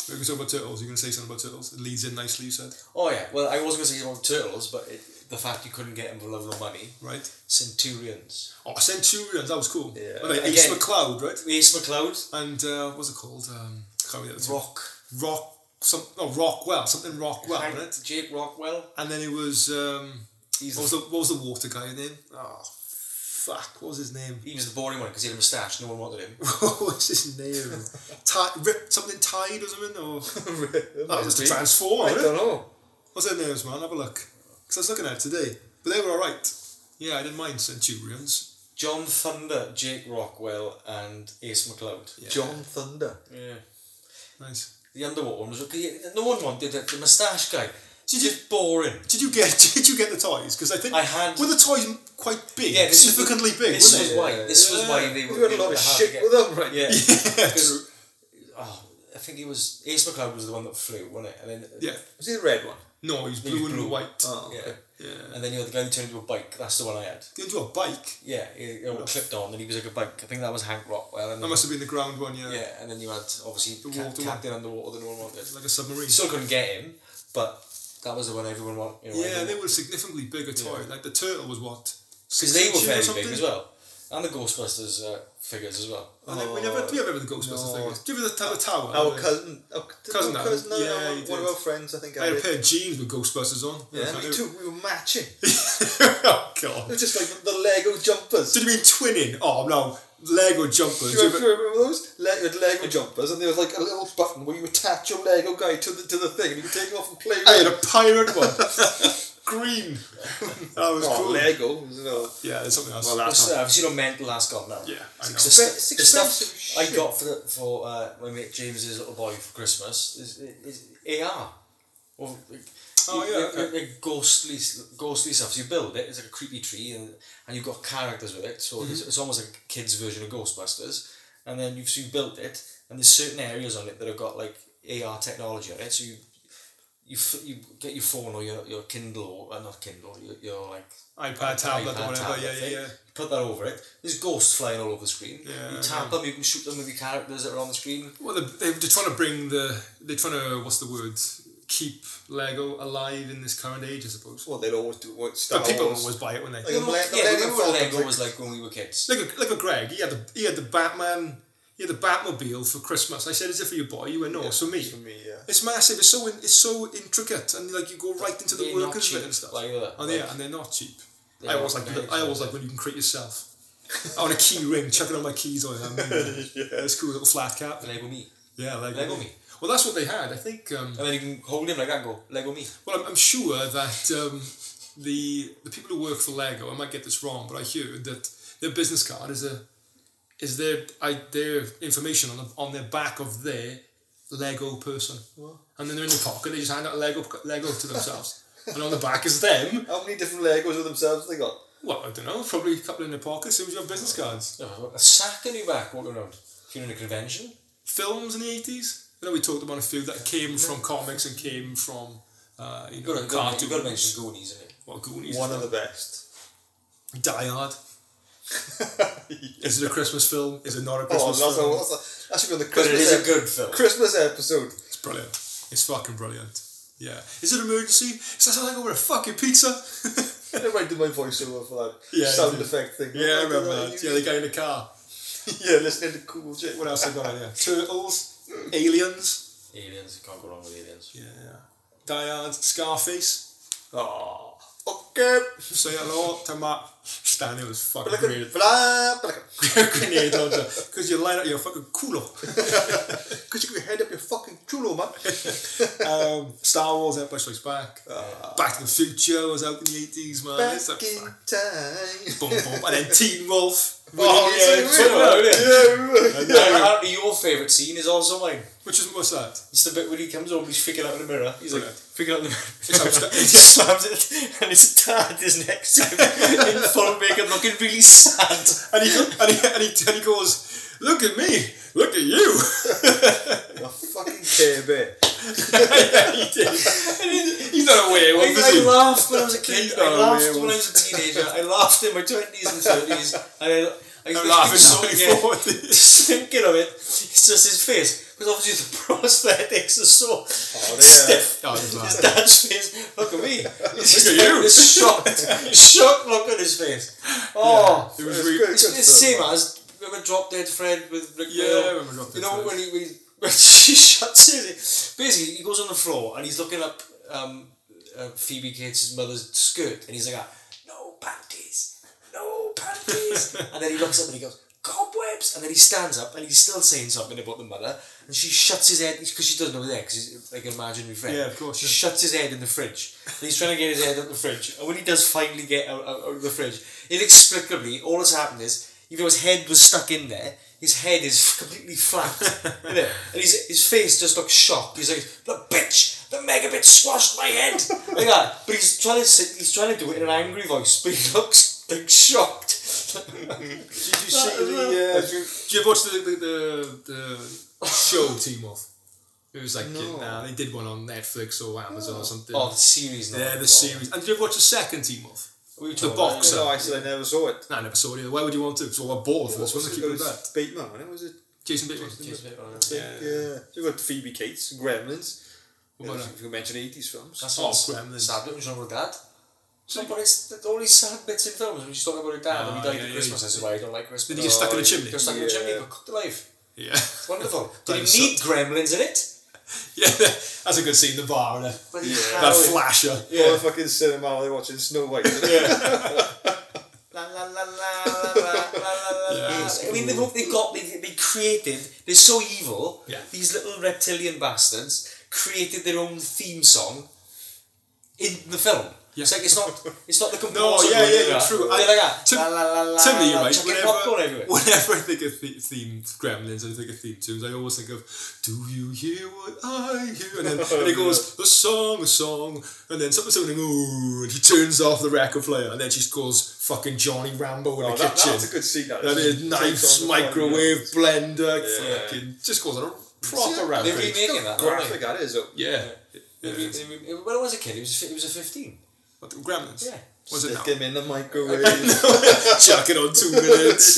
[SPEAKER 2] We're going to talk about turtles. You're going to say something about turtles. It leads in nicely, you said.
[SPEAKER 3] Oh, yeah. Well, I was going to say about Turtles, but it, the fact you couldn't get him for love nor money.
[SPEAKER 2] Right.
[SPEAKER 3] Centurions.
[SPEAKER 2] Oh, Centurions. That was cool.
[SPEAKER 1] Yeah.
[SPEAKER 2] Well, they- Ace
[SPEAKER 3] Again-
[SPEAKER 2] McCloud, right?
[SPEAKER 3] Ace McLeod.
[SPEAKER 2] And uh, what's it called? Um, can't remember the other two.
[SPEAKER 3] Rock.
[SPEAKER 2] Rock some no, Rockwell something Rockwell
[SPEAKER 3] Hank-
[SPEAKER 2] right?
[SPEAKER 3] Jake Rockwell.
[SPEAKER 2] and then it was um,
[SPEAKER 3] He's
[SPEAKER 2] what was
[SPEAKER 3] the,
[SPEAKER 2] the what was the water guy's name oh fuck what was his name
[SPEAKER 3] he was the boring one because he had a moustache. No one wanted him.
[SPEAKER 2] what was his name Ti Rip something Tide or something or that was the Transformer
[SPEAKER 1] I
[SPEAKER 2] wasn't it?
[SPEAKER 1] don't know.
[SPEAKER 2] what's their names man have a look because I was looking at it today but they were alright yeah I didn't mind Centurions
[SPEAKER 3] John Thunder, Jake Rockwell, and Ace McLeod.
[SPEAKER 2] yeah.
[SPEAKER 1] John Thunder.
[SPEAKER 3] Yeah.
[SPEAKER 2] nice
[SPEAKER 3] The underwater one was because no one wanted it. The moustache guy. It's just boring.
[SPEAKER 2] Did you get Did you get the toys? Because I think
[SPEAKER 3] I had-
[SPEAKER 2] were the toys m- quite big,
[SPEAKER 3] Yeah, this was-
[SPEAKER 2] significantly big.
[SPEAKER 3] this
[SPEAKER 2] weren't
[SPEAKER 3] was
[SPEAKER 2] they?
[SPEAKER 3] why. This was why they
[SPEAKER 1] You
[SPEAKER 3] were.
[SPEAKER 1] had
[SPEAKER 3] they
[SPEAKER 1] a lot of
[SPEAKER 3] were hard to
[SPEAKER 1] shit
[SPEAKER 3] get-
[SPEAKER 1] with them, right?
[SPEAKER 3] Yeah.
[SPEAKER 2] Yeah, true.
[SPEAKER 3] Because oh, I think it was Ace McLeod was the one that flew, wasn't it? And then
[SPEAKER 2] yeah.
[SPEAKER 1] Was he the red one?
[SPEAKER 2] No, he's blue
[SPEAKER 3] was
[SPEAKER 2] and
[SPEAKER 3] blue.
[SPEAKER 2] white.
[SPEAKER 1] Oh,
[SPEAKER 3] yeah.
[SPEAKER 1] okay.
[SPEAKER 2] Yeah.
[SPEAKER 3] And then you had the guy who turned into a bike. That's the one I had.
[SPEAKER 2] Into a bike.
[SPEAKER 3] Yeah, he, he all clipped on, and he was like a bike. I think that was Hank Rockwell. And
[SPEAKER 2] That
[SPEAKER 3] then,
[SPEAKER 2] must have been the ground one. Yeah.
[SPEAKER 3] yeah, and then you had obviously
[SPEAKER 2] The
[SPEAKER 3] Cap-
[SPEAKER 2] water one.
[SPEAKER 3] Captain Underwater that no one wanted.
[SPEAKER 2] Like a submarine.
[SPEAKER 3] You still couldn't get him, but that was the one everyone wanted. You know,
[SPEAKER 2] yeah,
[SPEAKER 3] everyone-
[SPEAKER 2] they were significantly bigger toy. Like the turtle was what. Six
[SPEAKER 3] because they were
[SPEAKER 2] inches or
[SPEAKER 3] very
[SPEAKER 2] something? Oh,
[SPEAKER 3] big as well, and the Ghostbusters uh, figures as well.
[SPEAKER 2] I think we never, do we have ever the Ghostbusters
[SPEAKER 1] no.
[SPEAKER 2] thing? Give you the, the
[SPEAKER 1] Our
[SPEAKER 2] tower. Oh, Yeah.
[SPEAKER 1] Oh, cousin, our c-
[SPEAKER 2] Cousin
[SPEAKER 1] our
[SPEAKER 2] had
[SPEAKER 1] cousin,
[SPEAKER 2] it.
[SPEAKER 1] no,
[SPEAKER 2] Yeah,
[SPEAKER 1] no,
[SPEAKER 2] he
[SPEAKER 1] one of
[SPEAKER 2] did.
[SPEAKER 1] our friends, I think.
[SPEAKER 2] I had a
[SPEAKER 1] it.
[SPEAKER 2] pair of jeans with Ghostbusters on.
[SPEAKER 1] Yeah, me too. We were matching. It
[SPEAKER 2] oh god.
[SPEAKER 1] was just like the Lego jumpers.
[SPEAKER 2] Did you mean twinning? Oh no, Lego jumpers.
[SPEAKER 1] Do you remember, remember those? Le- you had Lego jumpers, and there was like a little button where you attach your Lego guy to the to the thing, and you could take it off and play with
[SPEAKER 2] I had
[SPEAKER 1] it.
[SPEAKER 2] a pirate one. Green. That was
[SPEAKER 1] Oh,
[SPEAKER 2] cool.
[SPEAKER 1] Lego. you know.
[SPEAKER 2] Yeah, there's something else.
[SPEAKER 3] What's that? Have you uh, seen how mental that's got now?
[SPEAKER 2] Yeah, I know.
[SPEAKER 3] It's the,
[SPEAKER 1] It's
[SPEAKER 3] stu- the
[SPEAKER 1] expensive
[SPEAKER 3] stuff I
[SPEAKER 1] shit.
[SPEAKER 3] got for the, for uh, my mate James's little boy for Christmas is, is AR. Or, like,
[SPEAKER 2] Oh,
[SPEAKER 3] you-
[SPEAKER 2] yeah,
[SPEAKER 3] you-
[SPEAKER 2] okay.
[SPEAKER 3] like ghostly, ghostly stuff. So you build it. It's like a creepy tree, and, and you've got characters with it. So
[SPEAKER 2] Mm-hmm.
[SPEAKER 3] it's, it's almost like a kid's version of Ghostbusters. And then you've so you built it, and there's certain areas on it that have got like AR technology on it. So you you, f- you get your phone or your, your Kindle or uh, not Kindle, your, your like
[SPEAKER 2] iPad, tablet,
[SPEAKER 3] iPad,
[SPEAKER 2] or whatever.
[SPEAKER 3] tablet
[SPEAKER 2] yeah,
[SPEAKER 3] thing.
[SPEAKER 2] yeah, yeah.
[SPEAKER 3] You put that over it. There's ghosts flying all over the screen.
[SPEAKER 2] Yeah,
[SPEAKER 3] you tap them. You can shoot them with your characters that are on the screen.
[SPEAKER 2] Well, they- they, they're trying to bring the. They're trying to what's the word? Keep Lego alive in this current age, I suppose.
[SPEAKER 1] Well, they'd always do what Star
[SPEAKER 2] But people
[SPEAKER 1] Wars.
[SPEAKER 2] always buy it when they.
[SPEAKER 1] Like a
[SPEAKER 3] Remember-
[SPEAKER 1] Millenn-
[SPEAKER 3] yeah,
[SPEAKER 1] Millennium
[SPEAKER 3] remember what
[SPEAKER 1] Falcon,
[SPEAKER 3] Lego
[SPEAKER 1] like-
[SPEAKER 3] was like when we were kids.
[SPEAKER 2] Look at, look at Greg. He had the he had the Batman. He had the Batmobile for Christmas. I said, "Is it for your boy?" You went, "No, it's for me."
[SPEAKER 1] For me, yeah.
[SPEAKER 2] It's massive. It's so in, it's so intricate, and like you go right into the
[SPEAKER 3] They're not
[SPEAKER 2] workers of it
[SPEAKER 3] cheap,
[SPEAKER 2] and stuff.
[SPEAKER 3] like that.
[SPEAKER 2] and yeah,
[SPEAKER 3] Like-
[SPEAKER 2] and they're not cheap.
[SPEAKER 3] They're
[SPEAKER 2] I always
[SPEAKER 3] not
[SPEAKER 2] like the-
[SPEAKER 3] very
[SPEAKER 2] I always
[SPEAKER 3] expensive.
[SPEAKER 2] like when you can create yourself. I want a key ring, chucking all my keys on it. I mean, It's cool little flat cap.
[SPEAKER 3] Lego me,
[SPEAKER 2] Yeah, Lego,
[SPEAKER 3] Lego me.
[SPEAKER 2] Well, that's what they had. I think. Um,
[SPEAKER 3] and then you can hold him like that. and Go Lego me.
[SPEAKER 2] well, I'm, I'm sure that um, the the people who work for Lego, I might get this wrong, but I heard that their business card is a is their I, their information on the, on the back of their Lego person, and then they're in their pocket. They just hand out a Lego Lego to themselves, and on the back is them.
[SPEAKER 1] How many different Legos of themselves they got?
[SPEAKER 2] Well, I don't know, probably a couple in their pockets. It was your business cards.
[SPEAKER 3] Oh, A sack on your back walking around. If you're in a convention,
[SPEAKER 2] Films in the eighties. I know we talked about a few that came from comics and came from uh, you know
[SPEAKER 3] you've got to,
[SPEAKER 2] cartoons.
[SPEAKER 3] you've got to mention Goonies in it.
[SPEAKER 2] well, Goonies.
[SPEAKER 1] One of the best.
[SPEAKER 2] Die Hard. Is it a Christmas film? Is it not a
[SPEAKER 1] Oh,
[SPEAKER 2] Christmas
[SPEAKER 1] that's
[SPEAKER 2] film?
[SPEAKER 1] a, that's a, that should be on the
[SPEAKER 3] But
[SPEAKER 1] Christmas.
[SPEAKER 3] it is a
[SPEAKER 1] ep-
[SPEAKER 3] good film.
[SPEAKER 1] Christmas episode.
[SPEAKER 2] It's brilliant. It's fucking brilliant. Yeah. Is it an emergency? Is that something over a fucking pizza?
[SPEAKER 1] I never did my voiceover for that
[SPEAKER 2] Yeah, you
[SPEAKER 1] sound
[SPEAKER 2] did.
[SPEAKER 1] effect thing.
[SPEAKER 2] yeah, I remember that. Yeah, the guy in the car.
[SPEAKER 1] yeah, listening to cool shit.
[SPEAKER 2] What else have I got on here? Turtles, Aliens.
[SPEAKER 3] Aliens, you can't go wrong with aliens.
[SPEAKER 2] Yeah. Die Hard, Scarface.
[SPEAKER 1] Oh, okay.
[SPEAKER 2] Say hello to Matt. Stanley was fucking
[SPEAKER 1] Blah,
[SPEAKER 2] great.
[SPEAKER 1] blah, blah.
[SPEAKER 2] Grenade launcher. Because you line up your fucking culo.
[SPEAKER 1] Because you can head up your fucking chulo, man.
[SPEAKER 2] Um, Star Wars, Empire Strikes Back. Uh,
[SPEAKER 1] Uh,
[SPEAKER 2] Back to the Future was out in the 80s, man.
[SPEAKER 1] Back
[SPEAKER 2] It's like,
[SPEAKER 1] in
[SPEAKER 2] fuck.
[SPEAKER 1] time.
[SPEAKER 2] boom, boom. And then Teen Wolf.
[SPEAKER 1] Oh, yeah,
[SPEAKER 2] Winning the Olympics.
[SPEAKER 3] Talk about it.
[SPEAKER 1] Yeah,
[SPEAKER 3] And apparently your favourite scene is also mine.
[SPEAKER 2] Which is, what's that?
[SPEAKER 3] It's the bit where he comes over, he's freaking out in the mirror. He's like,
[SPEAKER 2] Brilliant.
[SPEAKER 3] freaking out in the mirror.
[SPEAKER 2] upsta-
[SPEAKER 3] he slams it, and his dad is next to him in full makeup, looking really sad.
[SPEAKER 2] and he and he, and he, and he goes, "Look at me, look at you."
[SPEAKER 1] yeah. fucking Care Bear.
[SPEAKER 2] he did. He's not a
[SPEAKER 3] I,
[SPEAKER 2] werewolf, is
[SPEAKER 3] I
[SPEAKER 2] he?
[SPEAKER 3] laughed when I was a kid.
[SPEAKER 2] He's
[SPEAKER 3] I
[SPEAKER 2] not a
[SPEAKER 3] laughed
[SPEAKER 2] werewolf.
[SPEAKER 3] when I was a teenager. I laughed in my twenties and thirties, and I. I
[SPEAKER 2] I'm laughing
[SPEAKER 3] so
[SPEAKER 2] so
[SPEAKER 3] again,
[SPEAKER 2] forty.
[SPEAKER 3] Just thinking of it, it's just his face. Because obviously the prosthetics are so stiff.
[SPEAKER 2] Oh, he's
[SPEAKER 3] His
[SPEAKER 2] laughing.
[SPEAKER 3] dad's face. Look at me. He's just
[SPEAKER 2] at
[SPEAKER 3] like
[SPEAKER 2] you.
[SPEAKER 3] This shocked, shocked look on his face. Oh,
[SPEAKER 2] It was
[SPEAKER 1] It's
[SPEAKER 2] re-
[SPEAKER 1] good.
[SPEAKER 2] yeah,
[SPEAKER 3] It's, it's the same as remember Drop Dead Fred with Rick
[SPEAKER 2] Yeah,
[SPEAKER 3] Mail?
[SPEAKER 2] I remember Drop Dead
[SPEAKER 3] You know
[SPEAKER 2] Fred.
[SPEAKER 3] when he, when he when she shuts it. Basically, he goes on the floor and he's looking up um, uh, Phoebe Cates' mother's skirt, and he's like, "No panties, no panties," and then he looks up and he goes. Cobwebs, and then he stands up and he's still saying something about the mother, and she shuts his head because she doesn't know there because he's like an imaginary friend.
[SPEAKER 2] Yeah, of course,
[SPEAKER 3] She
[SPEAKER 2] yeah.
[SPEAKER 3] shuts his head in the fridge. And he's trying to get his head out the fridge. And when he does finally get out, out, out of the fridge, inexplicably, all that's happened is, even though his head was stuck in there, His head is completely flat, innit? and his, his face just looks shocked. He's like, "The bitch, the megabit squashed my head," like that. But he's trying to sit, he's trying to do it in an angry voice, but he looks like shocked.
[SPEAKER 2] Did you see the? Uh, did you ever watch the the, the, the show Team Off? It was like
[SPEAKER 1] No.
[SPEAKER 2] nah, they did one on Netflix or Amazon or something.
[SPEAKER 3] oh, the series. now.
[SPEAKER 2] yeah, the series. And did you ever watch the second Team Off? the
[SPEAKER 3] talking about
[SPEAKER 2] boxer.
[SPEAKER 1] No, I said I never saw it.
[SPEAKER 2] Nah, I never saw it. Either. Why would you want to? So I bought for this one. I keep
[SPEAKER 1] it
[SPEAKER 2] it
[SPEAKER 1] was
[SPEAKER 2] that.
[SPEAKER 1] Bateman, wasn't it? Was it?
[SPEAKER 2] Jason Bateman.
[SPEAKER 3] Jason Bateman.
[SPEAKER 1] Yeah. yeah. You got Phoebe Cates, Gremlins.
[SPEAKER 2] What about that?
[SPEAKER 1] if you mention 80s films.
[SPEAKER 3] That's
[SPEAKER 2] Oh,
[SPEAKER 3] what's
[SPEAKER 2] Gremlins.
[SPEAKER 3] sad bit was wrong with dad. So, but it's the only sad bits in films when you talk about your dad and
[SPEAKER 2] Ah,
[SPEAKER 3] he died
[SPEAKER 2] yeah,
[SPEAKER 3] at
[SPEAKER 2] yeah.
[SPEAKER 3] Christmas. This is why I don't like Christmas.
[SPEAKER 2] Did he get stuck in a chimney?
[SPEAKER 3] Got stuck in a chimney,
[SPEAKER 1] Yeah.
[SPEAKER 3] but cooked alive.
[SPEAKER 2] Yeah.
[SPEAKER 3] Wonderful. Did
[SPEAKER 2] Dinosaur-
[SPEAKER 3] he need gremlins in it?
[SPEAKER 2] yeah, that's a good scene. The bar and that
[SPEAKER 3] But
[SPEAKER 1] Yeah.
[SPEAKER 2] that flasher.
[SPEAKER 1] Yeah. All the fucking cinema while they're watching Snow White.
[SPEAKER 3] La la la la la la la la.
[SPEAKER 2] Yeah,
[SPEAKER 3] la.
[SPEAKER 2] it's
[SPEAKER 3] I mean, they've, they've got they, they created. They're so evil.
[SPEAKER 2] Yeah.
[SPEAKER 3] These little reptilian bastards created their own theme song in the film.
[SPEAKER 2] Yeah.
[SPEAKER 3] It's like it's not it's not the composer.
[SPEAKER 2] No, yeah,
[SPEAKER 3] who did
[SPEAKER 2] yeah,
[SPEAKER 3] that.
[SPEAKER 2] true.
[SPEAKER 3] They're
[SPEAKER 2] I-
[SPEAKER 3] like that.
[SPEAKER 2] to-
[SPEAKER 3] la, la, la, la,
[SPEAKER 2] to me,
[SPEAKER 3] la,
[SPEAKER 2] right,
[SPEAKER 3] chucking popcorn
[SPEAKER 2] whenever,
[SPEAKER 3] everywhere.
[SPEAKER 2] whenever I think of th- theme gremlins, I think of theme tunes, I always think of, do you hear what I hear? And then and it goes, a song, a song, and then something, something, ooh, and he turns off the record player, and then she calls fucking Johnny Rambo in
[SPEAKER 1] Oh,
[SPEAKER 2] the
[SPEAKER 1] that,
[SPEAKER 2] kitchen.
[SPEAKER 1] that's a good scene. That,
[SPEAKER 2] That is knives,
[SPEAKER 1] uh,
[SPEAKER 2] microwave, blender,
[SPEAKER 1] Yeah.
[SPEAKER 2] fucking, just calls it a proper
[SPEAKER 3] They're
[SPEAKER 2] rampage.
[SPEAKER 3] remaking that. aren't
[SPEAKER 1] Graphic, that is. oh.
[SPEAKER 2] Yeah.
[SPEAKER 3] they? They're re- they're re- When I was a kid, it was a, fi- it was a fifteen.
[SPEAKER 2] What, the gremlins?
[SPEAKER 3] Yeah.
[SPEAKER 2] Was it
[SPEAKER 1] Stick
[SPEAKER 2] now?
[SPEAKER 1] him in the microwave.
[SPEAKER 2] Chuck it on two minutes.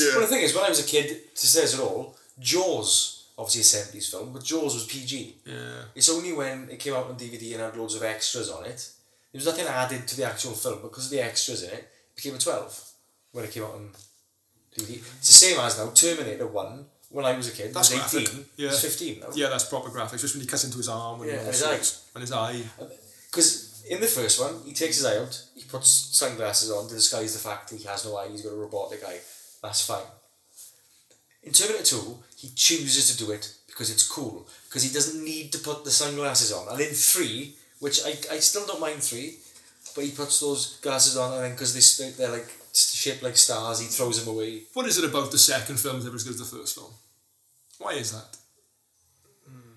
[SPEAKER 1] Yeah.
[SPEAKER 3] Well, the thing is, when I was a kid, to say it all, Jaws, obviously a seventies film, but Jaws was PG.
[SPEAKER 2] yeah.
[SPEAKER 3] It's only when it came out on DVD and had loads of extras on it. There was nothing added to the actual film because of the extras in it. It became a twelve when it came out on DVD. It's the same as now Terminator One. When I was a kid,
[SPEAKER 2] That's
[SPEAKER 3] it was
[SPEAKER 2] graphic.
[SPEAKER 3] eighteen.
[SPEAKER 2] Yeah.
[SPEAKER 3] It's fifteen now.
[SPEAKER 2] Yeah, that's proper graphics. Just when he cuts into his arm and,
[SPEAKER 3] Yeah,
[SPEAKER 2] all
[SPEAKER 3] his
[SPEAKER 2] sorts. and his eye.
[SPEAKER 3] Because in the first one, he takes his eye out, he puts sunglasses on to disguise the fact that he has no eye, he's got a robotic eye. That's fine. In Terminator 2, he chooses to do it because it's cool, because he doesn't need to put the sunglasses on. And in 3, which I, I still don't mind 3, but he puts those glasses on, and then because they, st- they're like s- shaped like stars, he throws them away.
[SPEAKER 2] What is it about the second film that's ever as good as the first film? Why is that? Hmm.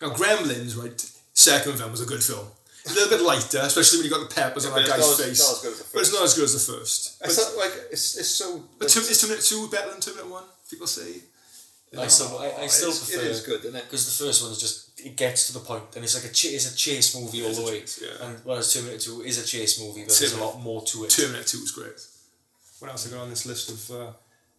[SPEAKER 2] Now, Gremlins, right? Second film was a good film. A little bit lighter, especially when you got the peppers on
[SPEAKER 1] but it's
[SPEAKER 2] that guy's
[SPEAKER 1] not as- not
[SPEAKER 2] face.
[SPEAKER 1] as good as the
[SPEAKER 2] but it's
[SPEAKER 1] first.
[SPEAKER 2] not as good as the first. But,
[SPEAKER 1] it's not like it's, it's so.
[SPEAKER 2] but Term- is Terminator 2 better than Terminator 1? People say.
[SPEAKER 3] I still, I, I still
[SPEAKER 1] it's-
[SPEAKER 3] prefer
[SPEAKER 1] It is good, isn't it?
[SPEAKER 3] because the first one is just it gets to the point and it's like a ch- it's a chase movie all
[SPEAKER 2] It's
[SPEAKER 3] the
[SPEAKER 2] a
[SPEAKER 3] way
[SPEAKER 2] chase, yeah.
[SPEAKER 3] and whereas Terminator 2 is a chase movie but there's a
[SPEAKER 2] Terminator-
[SPEAKER 3] lot more to it
[SPEAKER 2] Terminator 2 was great. What else I got on this list of. Uh,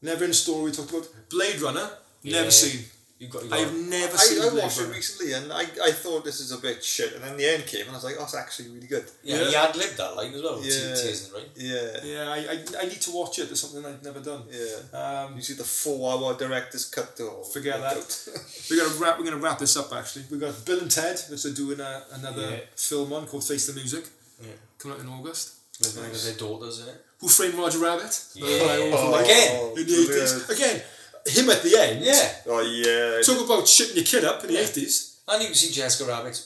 [SPEAKER 2] never in story we talked about? Blade Runner? Never
[SPEAKER 3] Yeah.
[SPEAKER 2] seen.
[SPEAKER 3] you got, you got
[SPEAKER 2] I've never seen
[SPEAKER 1] I, I
[SPEAKER 2] Blade
[SPEAKER 1] watched it
[SPEAKER 2] Runner.
[SPEAKER 1] recently and I, I thought this is a bit shit, and then the end came and I was like, oh, it's actually really good.
[SPEAKER 3] yeah,
[SPEAKER 2] Yeah.
[SPEAKER 3] he had lived that line as well yeah.
[SPEAKER 1] Yeah.
[SPEAKER 3] tears in the rain
[SPEAKER 1] Yeah.
[SPEAKER 2] Yeah, I, I, I need to watch it. There's something I've never done.
[SPEAKER 1] Yeah.
[SPEAKER 2] Um,
[SPEAKER 1] You see the four hour director's cut though.
[SPEAKER 2] Forget that. We're gonna wrap. We're gonna wrap this up. Actually, we've got Bill and Ted, which they're doing a, another
[SPEAKER 3] Yeah.
[SPEAKER 2] film on called Face the Music,
[SPEAKER 3] yeah.
[SPEAKER 2] coming out in August.
[SPEAKER 3] with one of their daughters in it
[SPEAKER 2] Who framed Roger Rabbit? Another
[SPEAKER 3] Yeah.
[SPEAKER 2] one I always
[SPEAKER 3] Oh,
[SPEAKER 2] liked.
[SPEAKER 3] Again.
[SPEAKER 2] in the eighties. Again, him at the end.
[SPEAKER 3] yeah
[SPEAKER 1] Oh, yeah.
[SPEAKER 2] Talk about shitting your kid up in the
[SPEAKER 3] Yeah.
[SPEAKER 2] eighties.
[SPEAKER 3] and you can see Jessica Rabbit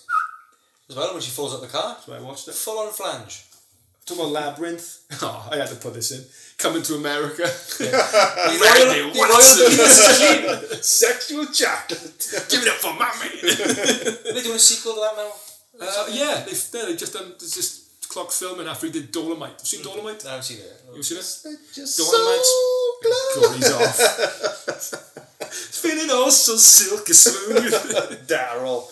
[SPEAKER 3] as well when she falls out the car
[SPEAKER 2] That's why I watched it.
[SPEAKER 3] full on flange
[SPEAKER 2] Talk about Labyrinth. Oh, I had to put this in. Coming to America.
[SPEAKER 3] the
[SPEAKER 2] Randy,
[SPEAKER 3] royal, the
[SPEAKER 2] what's
[SPEAKER 3] royal Beatles team.
[SPEAKER 1] Sexual chocolate.
[SPEAKER 2] Give it up for my man.
[SPEAKER 3] they're doing a sequel to that now
[SPEAKER 2] uh,
[SPEAKER 3] Um,
[SPEAKER 2] yeah, they've, they've just done it's just clock filming after he did Dolomite. Have you seen Dolomite?
[SPEAKER 3] I haven't seen it
[SPEAKER 2] You seen it?
[SPEAKER 1] Just
[SPEAKER 2] Don't
[SPEAKER 1] so
[SPEAKER 2] imagine- God,
[SPEAKER 1] close.
[SPEAKER 2] he's off. Feeling all so silky smooth.
[SPEAKER 1] Daryl.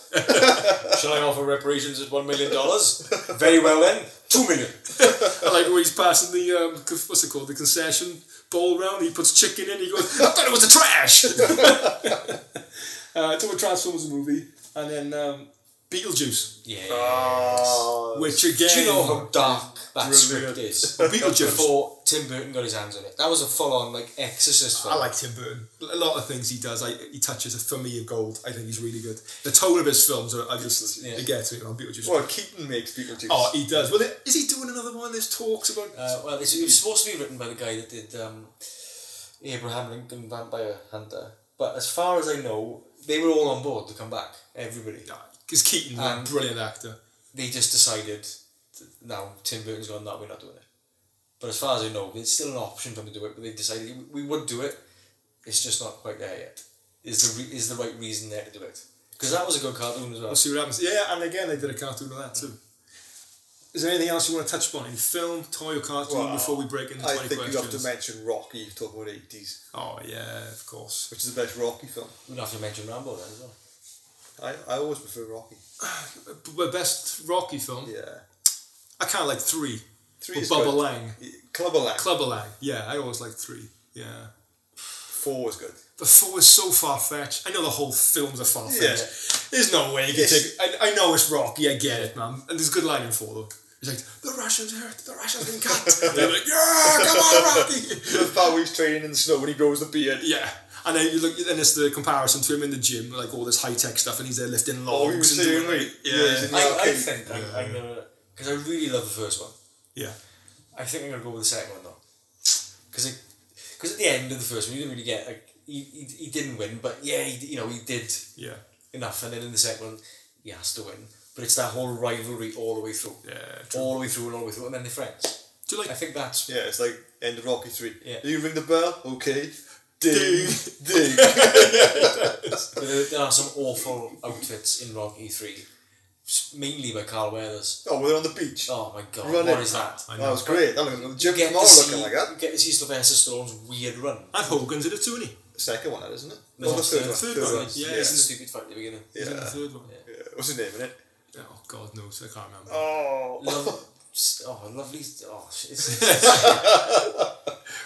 [SPEAKER 3] shall I offer reparations at one million dollars very well then two million
[SPEAKER 2] I like when he's passing the, um, con- what's it called, the concession bowl round. He puts chicken in. He goes, I thought it was a trash. uh, it's all a Transformers movie. And then um, Beetlejuice,
[SPEAKER 3] yeah
[SPEAKER 1] Oh.
[SPEAKER 2] which again.
[SPEAKER 3] Do you know how dark that
[SPEAKER 2] Brilliant.
[SPEAKER 3] script is?
[SPEAKER 2] Beetlejuice.
[SPEAKER 3] Before Tim Burton got his hands on it, that was a full-on like Exorcist film.
[SPEAKER 2] I like Tim Burton. A lot of things he does, I, he touches. For me, of gold. I think he's really good. The tone of his films are, I just,
[SPEAKER 3] Yeah.
[SPEAKER 2] they get me on Beetlejuice.
[SPEAKER 1] Well, Keaton makes Beetlejuice.
[SPEAKER 2] Oh, he does. Well, is he doing another one? There's talks about.
[SPEAKER 3] uh, well, it's, it was supposed to be written by the guy that did um, Abraham Lincoln Vampire Hunter, but as far as I know, they were all on board to come back. Everybody.
[SPEAKER 2] Because Keaton,
[SPEAKER 3] Um,
[SPEAKER 2] a brilliant actor.
[SPEAKER 3] They just decided, that, no, Tim Burton's gone. No, we're not doing it. But as far as I know, it's still an option for them to do it. But they decided we we would do it, it's just not quite there yet. Is the re- is the right reason there to do it? Because that was a good cartoon as well.
[SPEAKER 2] I'll see what happens. Yeah, and again, they did a cartoon of that too. Is there anything else you want to touch upon in film, toy, or cartoon
[SPEAKER 1] Well,
[SPEAKER 2] before we break into
[SPEAKER 1] I
[SPEAKER 2] 20
[SPEAKER 1] think you have
[SPEAKER 2] questions?
[SPEAKER 1] to mention Rocky, talking about 80s,
[SPEAKER 2] oh, yeah, of course.
[SPEAKER 1] which is the best Rocky film.
[SPEAKER 3] We'd have to mention Rambo then as well.
[SPEAKER 1] I, I always prefer Rocky.
[SPEAKER 2] But but best Rocky film?
[SPEAKER 1] Yeah.
[SPEAKER 2] I kind of like three.
[SPEAKER 1] Three
[SPEAKER 2] With
[SPEAKER 1] is
[SPEAKER 2] Bubba
[SPEAKER 1] good.
[SPEAKER 2] Lang.
[SPEAKER 1] Clubber Lang.
[SPEAKER 2] Clubber Lang. Yeah, I always like three. Yeah.
[SPEAKER 1] Four was good.
[SPEAKER 2] But four is so far fetched. I know the whole film's a far fetched.
[SPEAKER 1] Yeah.
[SPEAKER 2] There's no way you can
[SPEAKER 1] It's-
[SPEAKER 2] take. I, I know it's Rocky. I get it, man. And there's a good line in four though. He's like, the Russians hurt. The Russians been cut. They're like, yeah, come on, Rocky.
[SPEAKER 1] The how he's training in the snow when he grows the beard.
[SPEAKER 2] yeah. And then you look, and it's the comparison to him in the gym, like all this high tech stuff, and he's there lifting logs.
[SPEAKER 1] Oh, he was
[SPEAKER 2] and
[SPEAKER 1] doing
[SPEAKER 2] doing-
[SPEAKER 1] weight.
[SPEAKER 2] Yeah.
[SPEAKER 1] Yeah.
[SPEAKER 3] I, I
[SPEAKER 1] okay.
[SPEAKER 3] think I, I'm gonna because I really love the first one.
[SPEAKER 2] Yeah.
[SPEAKER 3] I think I'm gonna go with the second one though, because because at the end of the first one, you didn't really get like he, he, he didn't win, but yeah, he, you know he did
[SPEAKER 2] Yeah.
[SPEAKER 3] enough, and then in the second one, he has to win. But it's that whole rivalry all the way through,
[SPEAKER 2] Yeah,
[SPEAKER 3] all the way through and all the way through, and then they're friends.
[SPEAKER 2] Do you
[SPEAKER 3] I
[SPEAKER 2] like?
[SPEAKER 3] think that's
[SPEAKER 1] Yeah, it's like end of Rocky 3.
[SPEAKER 3] Yeah.
[SPEAKER 1] Do you ring the bell? Okay. Ding. Ding.
[SPEAKER 3] But there, there are some awful outfits in Rocky Three, s- mainly by Carl Weathers.
[SPEAKER 1] oh, we're on the beach.
[SPEAKER 3] Oh my god,
[SPEAKER 1] Run
[SPEAKER 3] what
[SPEAKER 1] it.
[SPEAKER 3] is that?
[SPEAKER 2] I
[SPEAKER 1] that
[SPEAKER 2] know.
[SPEAKER 1] was great. I'm going to Jim
[SPEAKER 3] Get
[SPEAKER 1] tomorrow
[SPEAKER 3] to, see,
[SPEAKER 1] looking like that.
[SPEAKER 3] get to see Sylvester Stallone's weird run.
[SPEAKER 2] And Hogan's in it too, isn't he?
[SPEAKER 1] Second one, that isn't it?
[SPEAKER 3] No,
[SPEAKER 1] oh, the
[SPEAKER 3] it's
[SPEAKER 1] third
[SPEAKER 3] the
[SPEAKER 1] one.
[SPEAKER 2] third
[SPEAKER 1] Third
[SPEAKER 2] one.
[SPEAKER 1] one.
[SPEAKER 2] Yeah,
[SPEAKER 3] Yeah, it's in the stupid fight at the beginning.
[SPEAKER 2] He's in the
[SPEAKER 1] Yeah.
[SPEAKER 2] third one.
[SPEAKER 1] Yeah. What's his name in it?
[SPEAKER 2] Oh God knows, I can't remember.
[SPEAKER 1] Oh.
[SPEAKER 3] Love, oh, lovely. Oh, shit, it's,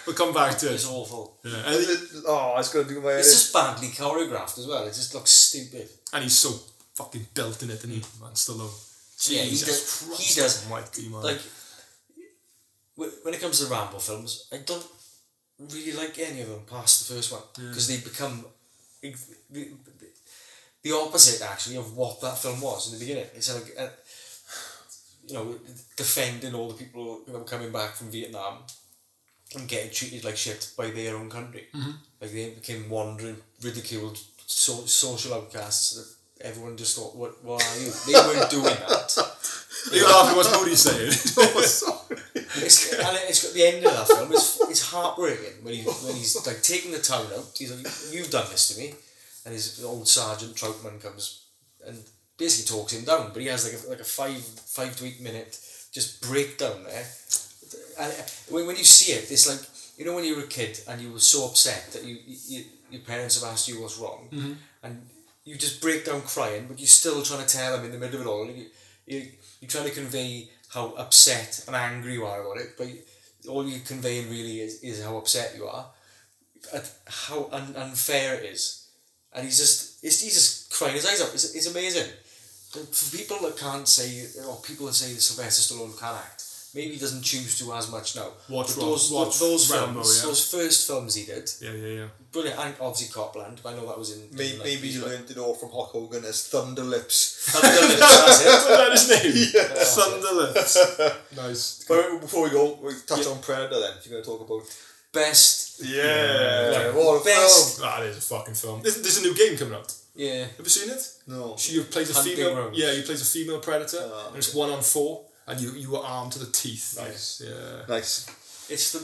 [SPEAKER 2] We'll come back to
[SPEAKER 3] it's
[SPEAKER 2] it.
[SPEAKER 3] awful.
[SPEAKER 2] Yeah. And, he-
[SPEAKER 1] oh, it's going to do my head
[SPEAKER 3] It's
[SPEAKER 1] in.
[SPEAKER 3] just badly choreographed as well. It just looks stupid.
[SPEAKER 2] and he's so fucking built in it, and he man Stallone.
[SPEAKER 3] Yeah, he
[SPEAKER 2] Jesus
[SPEAKER 3] does- he
[SPEAKER 2] Christ
[SPEAKER 3] does-
[SPEAKER 2] Almighty, man.
[SPEAKER 3] Like, wh- when it comes to Rambo films, I don't really like any of them past the first one because they become ex- the, the opposite actually of what that film was in the beginning. It's like, uh, you know, defending all the people who are coming back from Vietnam and getting treated like shit by their own country. Like they became wandering, ridiculed, so, social outcasts. That everyone just thought, "What? What are you?" They weren't doing that.
[SPEAKER 2] You're laughing what's Moody's saying.
[SPEAKER 3] It's, and it's got the end of that film. It's, it's heartbreaking when, he, when he's like taking the town out. He's like, "You've done this to me," and his old sergeant Troutman comes and basically talks him down. But he has like a, like a five five to eight minute just breakdown there. And uh, when, when you see it, it's like you know when you were a kid and you were so upset that you, you your parents have asked you what's wrong, and you just break down crying, but you're still trying to tell them in the middle of it all. You, you, you're trying to convey how upset and angry you are about it, but all you're conveying really is, is how upset you are, at how un- unfair it is. And he's just, it's, he's just crying his eyes out. It's, it's amazing. And For people that can't say, or people that say that Sylvester Stallone can act, maybe he doesn't choose to as much now.
[SPEAKER 2] Watch
[SPEAKER 3] but
[SPEAKER 2] Ram-
[SPEAKER 3] those,
[SPEAKER 2] watch
[SPEAKER 3] those
[SPEAKER 2] Rambo,
[SPEAKER 3] films,
[SPEAKER 2] yeah.
[SPEAKER 3] those first films he did,
[SPEAKER 2] yeah, yeah, yeah.
[SPEAKER 3] brilliant, and obviously Copland, but I know that was in...
[SPEAKER 1] Maybe,
[SPEAKER 3] in like,
[SPEAKER 1] maybe you learned it all from Hulk Hogan as Thunder Lips.
[SPEAKER 3] That's it.
[SPEAKER 2] Is that his name? Thunderlips. nice.
[SPEAKER 1] but before we go, we touch on Predator then. If you're going to talk about.
[SPEAKER 3] best.
[SPEAKER 2] Yeah.
[SPEAKER 1] Yeah, what a
[SPEAKER 3] best-
[SPEAKER 1] film.
[SPEAKER 2] That is a fucking film. There's, there's a new game coming out.
[SPEAKER 3] Yeah.
[SPEAKER 2] Have you seen it?
[SPEAKER 1] No.
[SPEAKER 2] She plays a
[SPEAKER 3] Hunting Ah,
[SPEAKER 2] female.
[SPEAKER 3] Rose.
[SPEAKER 2] Yeah, he plays a female predator,
[SPEAKER 1] Oh,
[SPEAKER 2] and it's one on four, and you you are armed to the teeth.
[SPEAKER 1] Nice.
[SPEAKER 2] Yeah.
[SPEAKER 1] Nice.
[SPEAKER 3] It's the.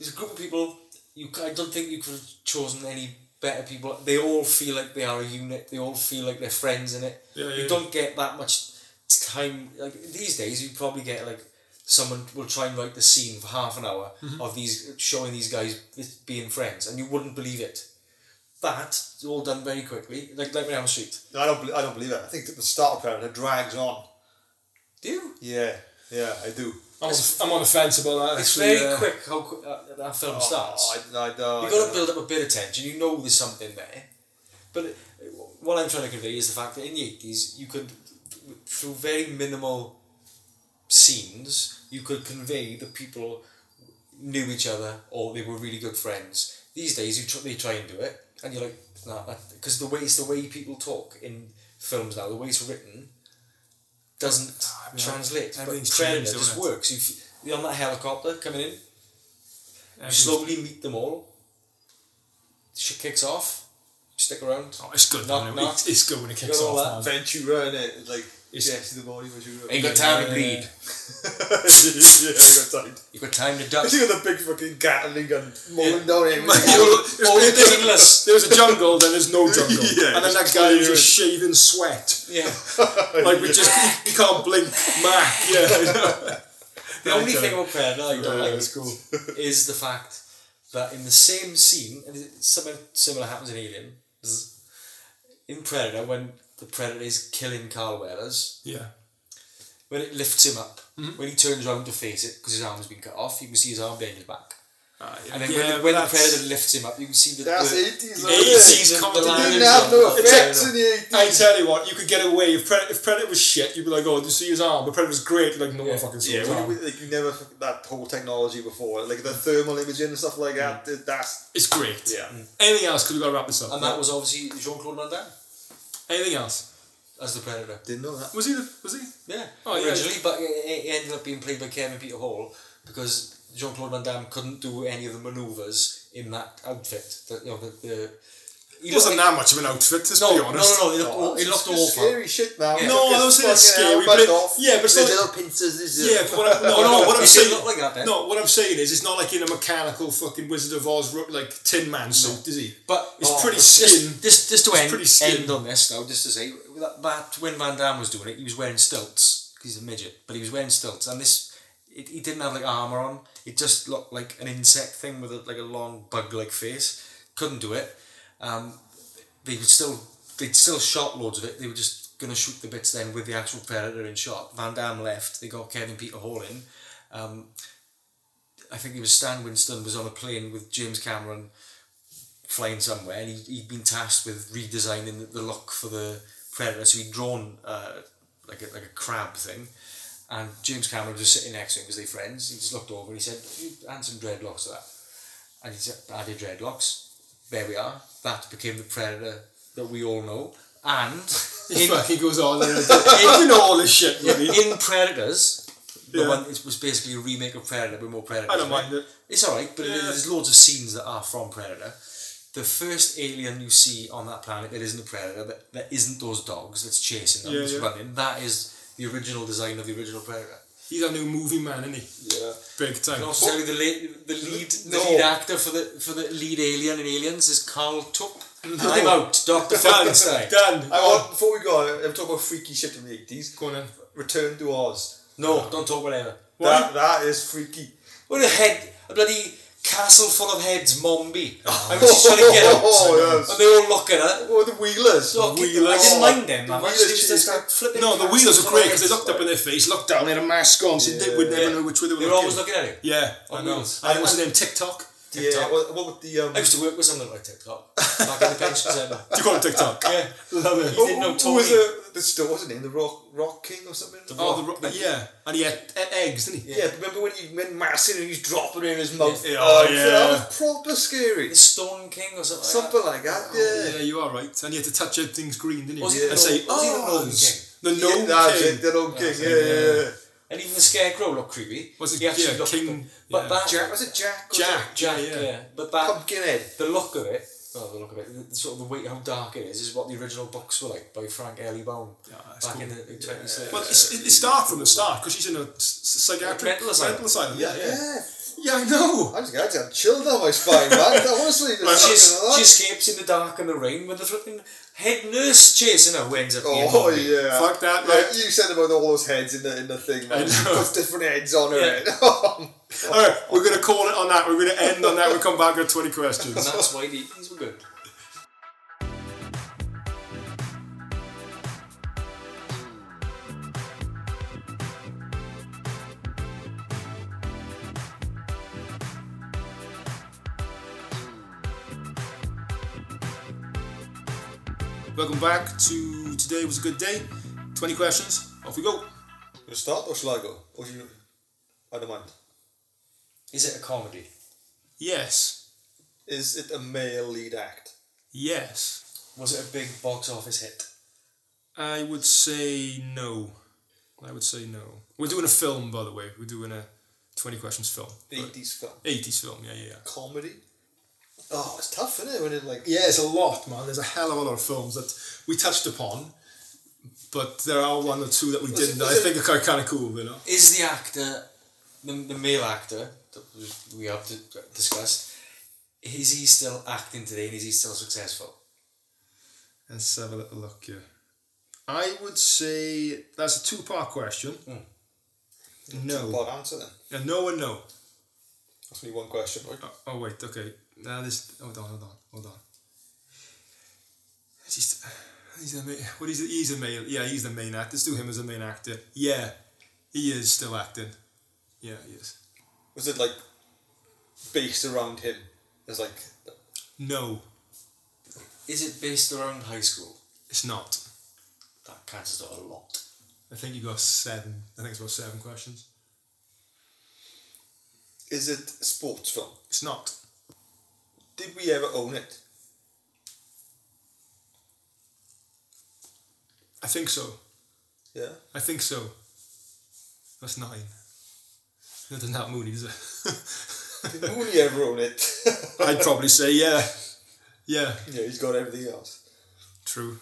[SPEAKER 3] It's a group of people. You c- I don't think you could have chosen any better people. They all feel like they are a unit. They all feel like they're friends in it.
[SPEAKER 2] Yeah,
[SPEAKER 3] you
[SPEAKER 2] yeah.
[SPEAKER 3] don't get that much time. Like these days, you probably get like someone will try and write the scene for half an hour
[SPEAKER 2] Mm-hmm.
[SPEAKER 3] of these showing these guys being friends, and you wouldn't believe it. That it's all done very quickly, like like Elm Street.
[SPEAKER 1] No, I don't, bel- I don't believe it. I think that the start of Predator drags on.
[SPEAKER 3] Do you?
[SPEAKER 1] Yeah, Uh, yeah, I do.
[SPEAKER 2] I'm on, the, I'm on the fence about that.
[SPEAKER 3] It's
[SPEAKER 2] actually,
[SPEAKER 3] very
[SPEAKER 2] yeah.
[SPEAKER 3] quick how quick that, that film starts.
[SPEAKER 1] Oh, I, I, no, I don't
[SPEAKER 3] You've got to
[SPEAKER 1] know.
[SPEAKER 3] build up a bit of tension. You know there's something there. But it- what I'm trying to convey is the fact that in the 80s, you could, through very minimal scenes, you could convey that people knew each other or they were really good friends. These days, you tr- they try and do it, and you're like, nah, because the way it's the way people talk in films now, the way it's written, doesn't
[SPEAKER 2] I mean,
[SPEAKER 3] translate. But
[SPEAKER 2] everything's
[SPEAKER 3] Predator
[SPEAKER 2] changed,
[SPEAKER 3] just
[SPEAKER 2] hasn't it?
[SPEAKER 3] works. You f- you're on that helicopter coming in, you
[SPEAKER 2] Everything's-
[SPEAKER 3] slowly meet them all. Shit kicks off. Stick around.
[SPEAKER 2] Oh, it's good.
[SPEAKER 3] Knock,
[SPEAKER 2] man.
[SPEAKER 3] knock.
[SPEAKER 2] It's, it's good when it
[SPEAKER 3] got
[SPEAKER 2] kicks
[SPEAKER 3] all
[SPEAKER 2] off. man.
[SPEAKER 1] Ventura in it. Like,
[SPEAKER 2] It's,
[SPEAKER 1] Yes, the body was you.
[SPEAKER 3] Ain't got time to
[SPEAKER 2] Yeah.
[SPEAKER 3] bleed.
[SPEAKER 1] yeah, I got time.
[SPEAKER 3] You got time to
[SPEAKER 1] I
[SPEAKER 3] duck.
[SPEAKER 1] see the big fucking Gatling gun mowing
[SPEAKER 3] Yeah.
[SPEAKER 1] down everything.
[SPEAKER 3] All
[SPEAKER 2] There's- there's-
[SPEAKER 3] ridiculous.
[SPEAKER 2] There's a jungle, then there's no jungle.
[SPEAKER 1] Yeah,
[SPEAKER 2] and then
[SPEAKER 1] just
[SPEAKER 2] that guy was
[SPEAKER 1] clear
[SPEAKER 2] just shaving sweat.
[SPEAKER 3] Yeah.
[SPEAKER 2] Like, we just, he, he can't blink. Mac, yeah.
[SPEAKER 3] The only thing about Predator I don't like
[SPEAKER 2] that's cool.
[SPEAKER 3] is the fact that in the same scene, and it- something similar happens in Alien, z- in Predator, when the Predator is killing Carl Weathers,
[SPEAKER 2] Yeah.
[SPEAKER 3] when it lifts him up,
[SPEAKER 2] Mm-hmm.
[SPEAKER 3] when he turns around to face it, because his arm has been cut off, you can see his arm behind his back.
[SPEAKER 2] yeah.
[SPEAKER 3] And then
[SPEAKER 2] Yeah,
[SPEAKER 3] when, the,
[SPEAKER 2] but
[SPEAKER 3] when the
[SPEAKER 2] that's-
[SPEAKER 3] Predator lifts him up, you can see the.
[SPEAKER 1] That's
[SPEAKER 3] the,
[SPEAKER 1] 80s,
[SPEAKER 3] the
[SPEAKER 1] isn't it?
[SPEAKER 3] 80s and
[SPEAKER 2] Comedy.
[SPEAKER 3] the line
[SPEAKER 1] They
[SPEAKER 2] Didn't
[SPEAKER 3] is
[SPEAKER 1] have
[SPEAKER 3] on-
[SPEAKER 1] no
[SPEAKER 3] on-
[SPEAKER 1] effects in the
[SPEAKER 2] I
[SPEAKER 1] 80s.
[SPEAKER 2] tell you what, you could get away if Predator, if Predator was shit. You'd be like, "Oh, did you see his arm?" But Predator was great. Like, no one
[SPEAKER 3] Yeah.
[SPEAKER 2] fucking saw
[SPEAKER 1] Yeah,
[SPEAKER 2] his
[SPEAKER 1] we-
[SPEAKER 2] arm.
[SPEAKER 1] we- like, you never f- that whole technology before, like the thermal imaging and stuff like that. th- That's
[SPEAKER 2] It's great.
[SPEAKER 1] yeah.
[SPEAKER 2] Anything else? Could we got to wrap this up?
[SPEAKER 3] And that was obviously Jean Claude Van Damme
[SPEAKER 2] Anything else?
[SPEAKER 3] as the Predator.
[SPEAKER 1] Didn't know that.
[SPEAKER 2] Was he? The, was he?
[SPEAKER 3] Yeah.
[SPEAKER 2] Oh, yeah.
[SPEAKER 3] originally, but it, it ended up being played by Kevin Peter Hall because Jean Claude Van Damme couldn't do any of the manoeuvres in that outfit. The, you know, the, the, he
[SPEAKER 2] It wasn't
[SPEAKER 3] looked
[SPEAKER 2] that much of an outfit. Let's
[SPEAKER 3] like-
[SPEAKER 2] be
[SPEAKER 3] no,
[SPEAKER 2] honest. Oh,
[SPEAKER 3] No, no, no. It looked, aw- it looked
[SPEAKER 1] Oh, It's
[SPEAKER 3] awful.
[SPEAKER 1] Scary shit now.
[SPEAKER 3] Yeah.
[SPEAKER 2] No, I don't say it's scary,
[SPEAKER 1] But
[SPEAKER 2] but- yeah, but it's
[SPEAKER 1] the
[SPEAKER 2] not-
[SPEAKER 1] little pincers. Is
[SPEAKER 2] Yeah, but what I, Oh, no, no. What I'm
[SPEAKER 3] It
[SPEAKER 2] saying,
[SPEAKER 3] didn't look like that then.
[SPEAKER 2] no, what I'm saying is, it's not like in a mechanical fucking Wizard of Oz ro- like Tin Man suit, is he?
[SPEAKER 3] But
[SPEAKER 2] It's
[SPEAKER 3] oh,
[SPEAKER 2] pretty skin.
[SPEAKER 3] Just, just, just to end,
[SPEAKER 2] pretty skin.
[SPEAKER 3] end on this now, just to say that, that when Van Damme was doing it, he was wearing stilts 'cause he's a midget, but he was wearing stilts, and this it, he didn't have like armor on. It just looked like an insect thing with a, like a long bug-like face. Couldn't do it. Um, they would still they'd still shot loads of it. They were just gonna shoot the bits then with the actual predator in shot. Van Damme left. They got Kevin Peter Hall in. Um, I think it was Stan Winston was on a plane with James Cameron flying somewhere and he, he'd been tasked with redesigning the, the look for the Predator so he'd drawn uh, like, a, like a crab thing and James Cameron was just sitting next to him because they friends he just looked over and he said you add some dreadlocks to that and he said added dreadlocks there we are that became the Predator that we all know and
[SPEAKER 2] He
[SPEAKER 3] in,
[SPEAKER 2] fucking goes on. and- You know all this shit, really.
[SPEAKER 3] in Predators the
[SPEAKER 2] Yeah.
[SPEAKER 3] one it was basically a remake of Predator with more Predators
[SPEAKER 2] I don't
[SPEAKER 3] in it.
[SPEAKER 2] mind it.
[SPEAKER 3] It's alright, but it-
[SPEAKER 2] Yeah.
[SPEAKER 3] there's loads of scenes that are from Predator. The first alien you see on that planet that isn't a predator, that, that isn't those dogs that's chasing them,
[SPEAKER 2] Yeah,
[SPEAKER 3] that's
[SPEAKER 2] yeah.
[SPEAKER 3] running, that is the original design of the original predator.
[SPEAKER 2] He's a new movie man, isn't he?
[SPEAKER 1] yeah.
[SPEAKER 2] Big time.
[SPEAKER 3] Can I also tell you the, lead, the lead the
[SPEAKER 1] No.
[SPEAKER 3] lead actor for the for the lead alien in Aliens is Carl Tupp. I'm out, Doctor
[SPEAKER 2] Done.
[SPEAKER 3] Frankenstein.
[SPEAKER 2] Done.
[SPEAKER 1] I want before we go. I'm talking about freaky shit from the eighties.
[SPEAKER 2] Go on then.
[SPEAKER 1] Return to Oz.
[SPEAKER 3] No, don't talk whatever.
[SPEAKER 1] That that is freaky.
[SPEAKER 3] What a head, a bloody castle full of heads, Mombi.
[SPEAKER 2] Oh.
[SPEAKER 3] I was just trying to get out,
[SPEAKER 1] Oh, yes.
[SPEAKER 3] and they all look at her.
[SPEAKER 1] Or the wheelers.
[SPEAKER 3] Look, I
[SPEAKER 2] Wheelers.
[SPEAKER 3] didn't mind them.
[SPEAKER 1] The
[SPEAKER 3] man. I
[SPEAKER 1] wheelers
[SPEAKER 3] just,
[SPEAKER 1] chased
[SPEAKER 3] just like
[SPEAKER 1] that-
[SPEAKER 3] flipping
[SPEAKER 2] No, the
[SPEAKER 3] cats
[SPEAKER 2] wheels
[SPEAKER 3] and
[SPEAKER 2] are great because
[SPEAKER 3] heads.
[SPEAKER 2] they looked up in their face, looked down, they had a mask on, so they would
[SPEAKER 1] Yeah.
[SPEAKER 2] never know which way they were
[SPEAKER 3] They were
[SPEAKER 2] looking.
[SPEAKER 3] always looking at you.
[SPEAKER 2] Yeah, I
[SPEAKER 3] On
[SPEAKER 2] know.
[SPEAKER 3] wheels.
[SPEAKER 2] And what's his name? TikTok.
[SPEAKER 1] Yeah. What, what with the um?
[SPEAKER 3] I used to work with someone like TikTok back in the pension centre.
[SPEAKER 2] Do you call him TikTok?
[SPEAKER 3] Yeah,
[SPEAKER 2] Love it.
[SPEAKER 3] He didn't know
[SPEAKER 1] Oh, Who was
[SPEAKER 3] Tony.
[SPEAKER 1] the, the still wasn't name the Rock Rock King or something?
[SPEAKER 2] Oh, the, ro- yeah. And he had, had eggs, didn't he?
[SPEAKER 1] Yeah, but remember when he went massing and he's dropping it in his mouth?
[SPEAKER 2] Yeah.
[SPEAKER 1] Oh,
[SPEAKER 2] Yeah.
[SPEAKER 1] That was proper scary.
[SPEAKER 3] The Stone King or something.
[SPEAKER 1] Something like that, yeah.
[SPEAKER 2] Yeah, you are right. And he had to touch everything's green, didn't he?
[SPEAKER 3] Was he
[SPEAKER 2] And
[SPEAKER 3] the
[SPEAKER 2] say,
[SPEAKER 3] gnome- was he the
[SPEAKER 2] oh,
[SPEAKER 3] gnome king?"
[SPEAKER 1] No,
[SPEAKER 2] the gnome
[SPEAKER 1] that's
[SPEAKER 2] king.
[SPEAKER 1] it, that old king,
[SPEAKER 3] That's
[SPEAKER 1] yeah,
[SPEAKER 3] it,
[SPEAKER 1] yeah, yeah.
[SPEAKER 3] that. And even the Scarecrow looked creepy.
[SPEAKER 2] Was it-
[SPEAKER 3] He actually
[SPEAKER 2] yeah,
[SPEAKER 3] looked-
[SPEAKER 2] King-
[SPEAKER 3] But
[SPEAKER 2] yeah.
[SPEAKER 3] that
[SPEAKER 1] Jack, was it Jack? or
[SPEAKER 2] Jack.
[SPEAKER 3] Jack,
[SPEAKER 2] Yeah,
[SPEAKER 3] yeah.
[SPEAKER 2] yeah.
[SPEAKER 3] But that
[SPEAKER 1] Pumpkinhead.
[SPEAKER 3] the look of it. Oh, the look of it. The, sort of the way how dark it is is what the original books were like by Frank Ellie Baum
[SPEAKER 2] Yeah, that's
[SPEAKER 3] back
[SPEAKER 2] cool.
[SPEAKER 3] in the twenties.
[SPEAKER 2] Well, it's, it, it starts from the start because she's in a s- psychiatric
[SPEAKER 3] Mental asylum.
[SPEAKER 1] Yeah,
[SPEAKER 2] Yeah,
[SPEAKER 1] yeah.
[SPEAKER 2] yeah, I know.
[SPEAKER 1] I just got I just got chilled down my spine, man. That honestly,
[SPEAKER 2] Like,
[SPEAKER 1] that's
[SPEAKER 3] she,
[SPEAKER 1] fucking hard.
[SPEAKER 3] she escapes in the dark and the rain with the flipping head nurse chasing her. who ends up being
[SPEAKER 1] Oh
[SPEAKER 3] Bobby.
[SPEAKER 1] yeah.
[SPEAKER 2] Fuck that,
[SPEAKER 1] Like
[SPEAKER 2] mate.
[SPEAKER 1] you said about all those heads in the in the thing,
[SPEAKER 2] I
[SPEAKER 1] man. She
[SPEAKER 2] know.
[SPEAKER 1] puts different heads on her
[SPEAKER 3] Yeah.
[SPEAKER 1] head.
[SPEAKER 2] All right, we're going to call it on that. We're going to end on that. We'll come back with 20 questions.
[SPEAKER 3] And that's why the Eatons were good.
[SPEAKER 2] Welcome back to Today Was a Good Day. 20 questions. Off we go.
[SPEAKER 1] You start or shall I go? Or do you? I don't mind.
[SPEAKER 3] Is it a comedy?
[SPEAKER 2] Yes.
[SPEAKER 1] Is it a male lead act?
[SPEAKER 2] Yes.
[SPEAKER 3] Was it a big box office hit?
[SPEAKER 2] I would say no. I would say no. We're doing a film, by the way. We're doing a 20 questions film. But-
[SPEAKER 1] Eighties film
[SPEAKER 2] 80s film, yeah, yeah, yeah.
[SPEAKER 1] comedy. Oh, it's tough, isn't it? When it like
[SPEAKER 2] Yeah, it's a lot, man. There's a hell of a lot of films that we touched upon But there are one or two that we
[SPEAKER 1] it-
[SPEAKER 2] didn't that I
[SPEAKER 1] was it-
[SPEAKER 2] think are kind of cool, you know.
[SPEAKER 3] Is the actor, the, the male actor that we- we have to discuss, is he still acting today and is he still successful?
[SPEAKER 2] Let's have a little look here. I would say that's a two part question. No. Hmm.
[SPEAKER 1] Bad answer then.
[SPEAKER 2] And no and no.
[SPEAKER 1] That's only one question. Right?
[SPEAKER 2] Oh, oh, wait, okay. Now this. Hold on, hold on, hold on. He's, he's the main. What is it? He's the main. Yeah, he's the main actor. Let's do him as the main actor. Yeah, he is still acting. Yeah, he is.
[SPEAKER 1] Was it like based around him? As like
[SPEAKER 2] No,
[SPEAKER 3] Is it based around high school?
[SPEAKER 2] it's not.
[SPEAKER 3] That cancels out a lot.
[SPEAKER 2] I think you got seven. I think it's about seven questions.
[SPEAKER 1] is it a sports film?
[SPEAKER 2] It's not.
[SPEAKER 1] Did we ever own it?
[SPEAKER 2] I think so.
[SPEAKER 1] Yeah.
[SPEAKER 2] I think so. That's nine. That doesn't help Mooney, does it?
[SPEAKER 1] Did Mooney ever own it?
[SPEAKER 2] I'd probably say yeah. Yeah,
[SPEAKER 1] yeah, he's got everything else.
[SPEAKER 2] true.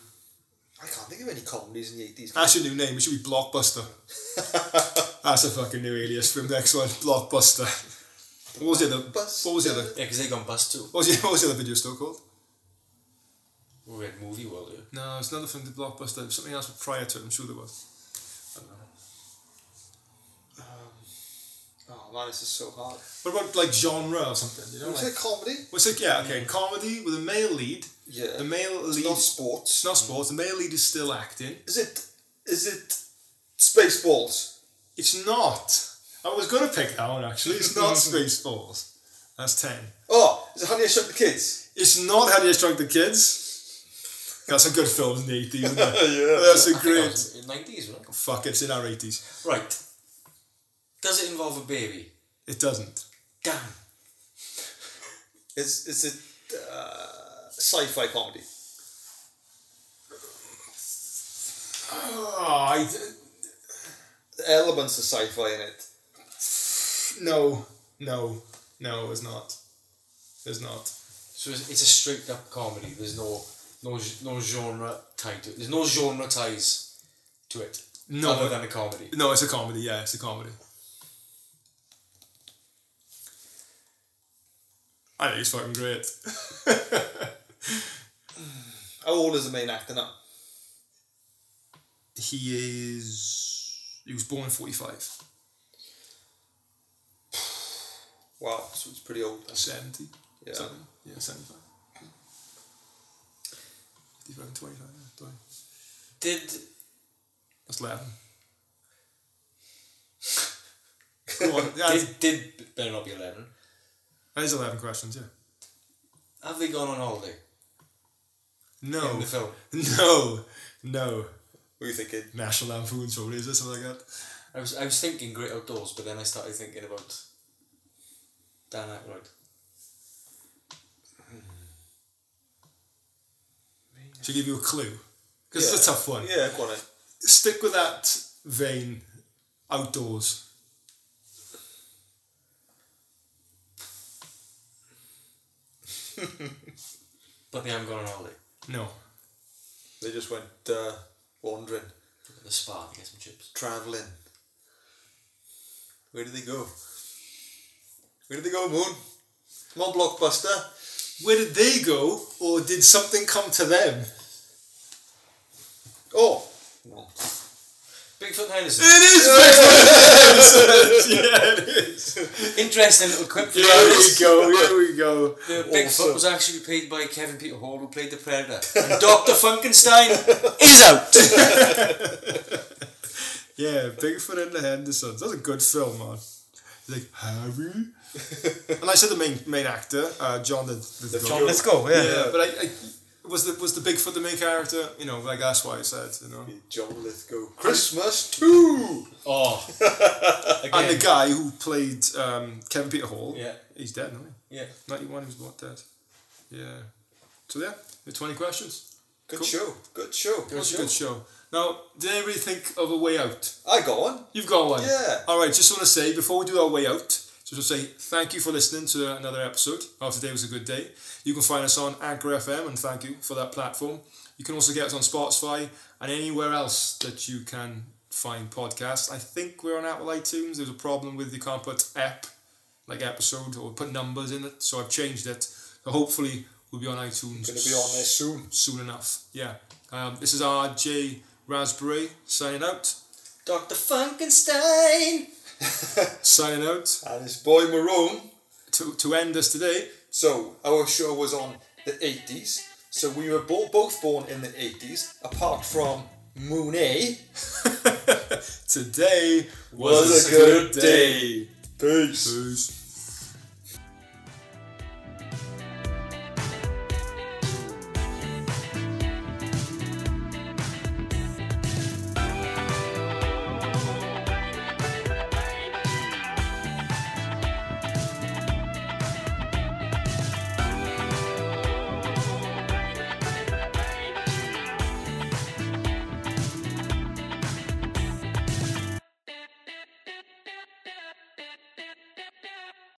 [SPEAKER 1] I can't think of any comedies in the eighties.
[SPEAKER 2] That's your new name. It should be Blockbuster. That's a fucking new alias for the next one. Blockbuster. What was the other? What was the other?
[SPEAKER 3] Yeah, because they gone bust too.
[SPEAKER 2] What was the, what was the other video store called?
[SPEAKER 3] We had movie world here.
[SPEAKER 2] No, it's another from the Blockbuster. It was Something else prior to it. I'm sure there was. I don't know.
[SPEAKER 1] Oh man, this is so hard.
[SPEAKER 2] What about like genre or something? You know,
[SPEAKER 1] Was it
[SPEAKER 2] like,
[SPEAKER 1] a comedy?
[SPEAKER 2] what's it? Yeah, okay, comedy with a male lead.
[SPEAKER 1] Yeah.
[SPEAKER 2] The male
[SPEAKER 1] It's
[SPEAKER 2] lead.
[SPEAKER 1] not
[SPEAKER 2] It's
[SPEAKER 1] sports.
[SPEAKER 2] not sports. The male lead is still acting.
[SPEAKER 1] Is it? Is it? Spaceballs.
[SPEAKER 2] It's not. I was gonna pick that one actually. It's not Spaceballs. That's ten.
[SPEAKER 1] Oh, is it Honey I Shrunk the Kids?
[SPEAKER 2] It's not How Do You Strike the Kids. That's a good film in the 80s, isn't it?
[SPEAKER 1] yeah.
[SPEAKER 2] That's a
[SPEAKER 3] I think that
[SPEAKER 2] great.
[SPEAKER 3] was in the 90s, wasn't
[SPEAKER 2] Fuck, it's in our 80s.
[SPEAKER 3] it? Right. Does it involve a baby?
[SPEAKER 2] It doesn't.
[SPEAKER 3] Damn.
[SPEAKER 1] Is is it uh, sci-fi comedy?
[SPEAKER 2] Oh, I. d-
[SPEAKER 1] The elements of sci-fi in it.
[SPEAKER 2] No. No. No, it's not. It's not.
[SPEAKER 3] So it's, it's a straight up comedy. There's no no g- no genre tied to it. There's no genre ties to it.
[SPEAKER 2] No.
[SPEAKER 3] Other than a comedy.
[SPEAKER 2] No, it's a comedy. Yeah, it's a comedy. I think it's fucking great.
[SPEAKER 1] How old is the main actor now?
[SPEAKER 2] He is. He was born in 45.
[SPEAKER 1] Wow, so it's pretty old.
[SPEAKER 2] 70.
[SPEAKER 1] Yeah.
[SPEAKER 2] Something. Yeah, 75. 55, 25, yeah, 20.
[SPEAKER 3] Did
[SPEAKER 2] That's Latin. Go on. Yeah, that
[SPEAKER 3] did, did better not be eleven.
[SPEAKER 2] is 11 questions, yeah.
[SPEAKER 3] Have they gone on holiday in
[SPEAKER 2] No. Oh.
[SPEAKER 3] the film?
[SPEAKER 2] No. No.
[SPEAKER 1] What are you thinking?
[SPEAKER 2] National Lampoon's probably, is it something like that?
[SPEAKER 3] I was I was thinking Great Outdoors, but then I started thinking about Dan Aykroyd.
[SPEAKER 2] Should I give you a clue? Because it's a
[SPEAKER 1] Yeah.
[SPEAKER 2] tough one.
[SPEAKER 1] Yeah, go on then.
[SPEAKER 2] Stick with that vein outdoors.
[SPEAKER 3] But they haven't gone on holiday.
[SPEAKER 2] No.
[SPEAKER 1] They just went uh, wandering,
[SPEAKER 3] The spa and get some chips.
[SPEAKER 1] traveling. Where did they go? Where did they go, Moon? Come on, Blockbuster.
[SPEAKER 2] Where did they go, or did something come to them?
[SPEAKER 1] Oh,
[SPEAKER 3] Bigfoot and Henderson.
[SPEAKER 2] It is Bigfoot Yeah, it is.
[SPEAKER 3] Interesting little quip. for
[SPEAKER 2] Here
[SPEAKER 3] you.
[SPEAKER 2] we go, here we go.
[SPEAKER 3] The Bigfoot was actually played by Kevin Peter Hall, who played the Predator. And Dr. Funkenstein is out!
[SPEAKER 2] Yeah, Bigfoot and the Hendersons. That's a good film, man. He's like, Harry? and I said the main main actor, uh, John the, the,
[SPEAKER 1] John Let's
[SPEAKER 3] go,
[SPEAKER 2] Yeah, but I, I was the was the Bigfoot the main character? You know, like that's why I said, you know.
[SPEAKER 1] John Lithgow. Christmas too.
[SPEAKER 3] Oh.
[SPEAKER 2] And
[SPEAKER 3] Again.
[SPEAKER 2] the guy who played um, Kevin Peter Hall,
[SPEAKER 3] Yeah.
[SPEAKER 2] he's dead, no?
[SPEAKER 3] Yeah.
[SPEAKER 2] Ninety one, he was what dead. Yeah. So yeah, the twenty questions.
[SPEAKER 1] Good
[SPEAKER 2] Cool.
[SPEAKER 1] show. Good show. Good
[SPEAKER 2] That's a good show. Now, did anybody think of a way out?
[SPEAKER 1] I got one.
[SPEAKER 2] You've got one.
[SPEAKER 1] Yeah.
[SPEAKER 2] All right. Just want to say before we do our way out, just want to say thank you for listening to another episode. Of today was a good day. You can find us on Anchor FM, and thank you for that platform. You can also get us on Spotify and anywhere else that you can find podcasts. I think we're on Apple iTunes. There's a problem with you can't put app like episode or put numbers in it, so I've changed it. So hopefully we'll be on iTunes
[SPEAKER 1] Gonna be on there soon.
[SPEAKER 2] soon enough. Yeah. Um, this is RJ Raspberry signing out.
[SPEAKER 3] Dr. Funkenstein!
[SPEAKER 2] Signing out.
[SPEAKER 1] And it's boy Marone.
[SPEAKER 2] To, to end us today,
[SPEAKER 1] So our show was on the 80s. So we were bo- both born in the 80s, apart from Mooney.
[SPEAKER 2] today
[SPEAKER 1] Was a good day. Peace.
[SPEAKER 2] Peace.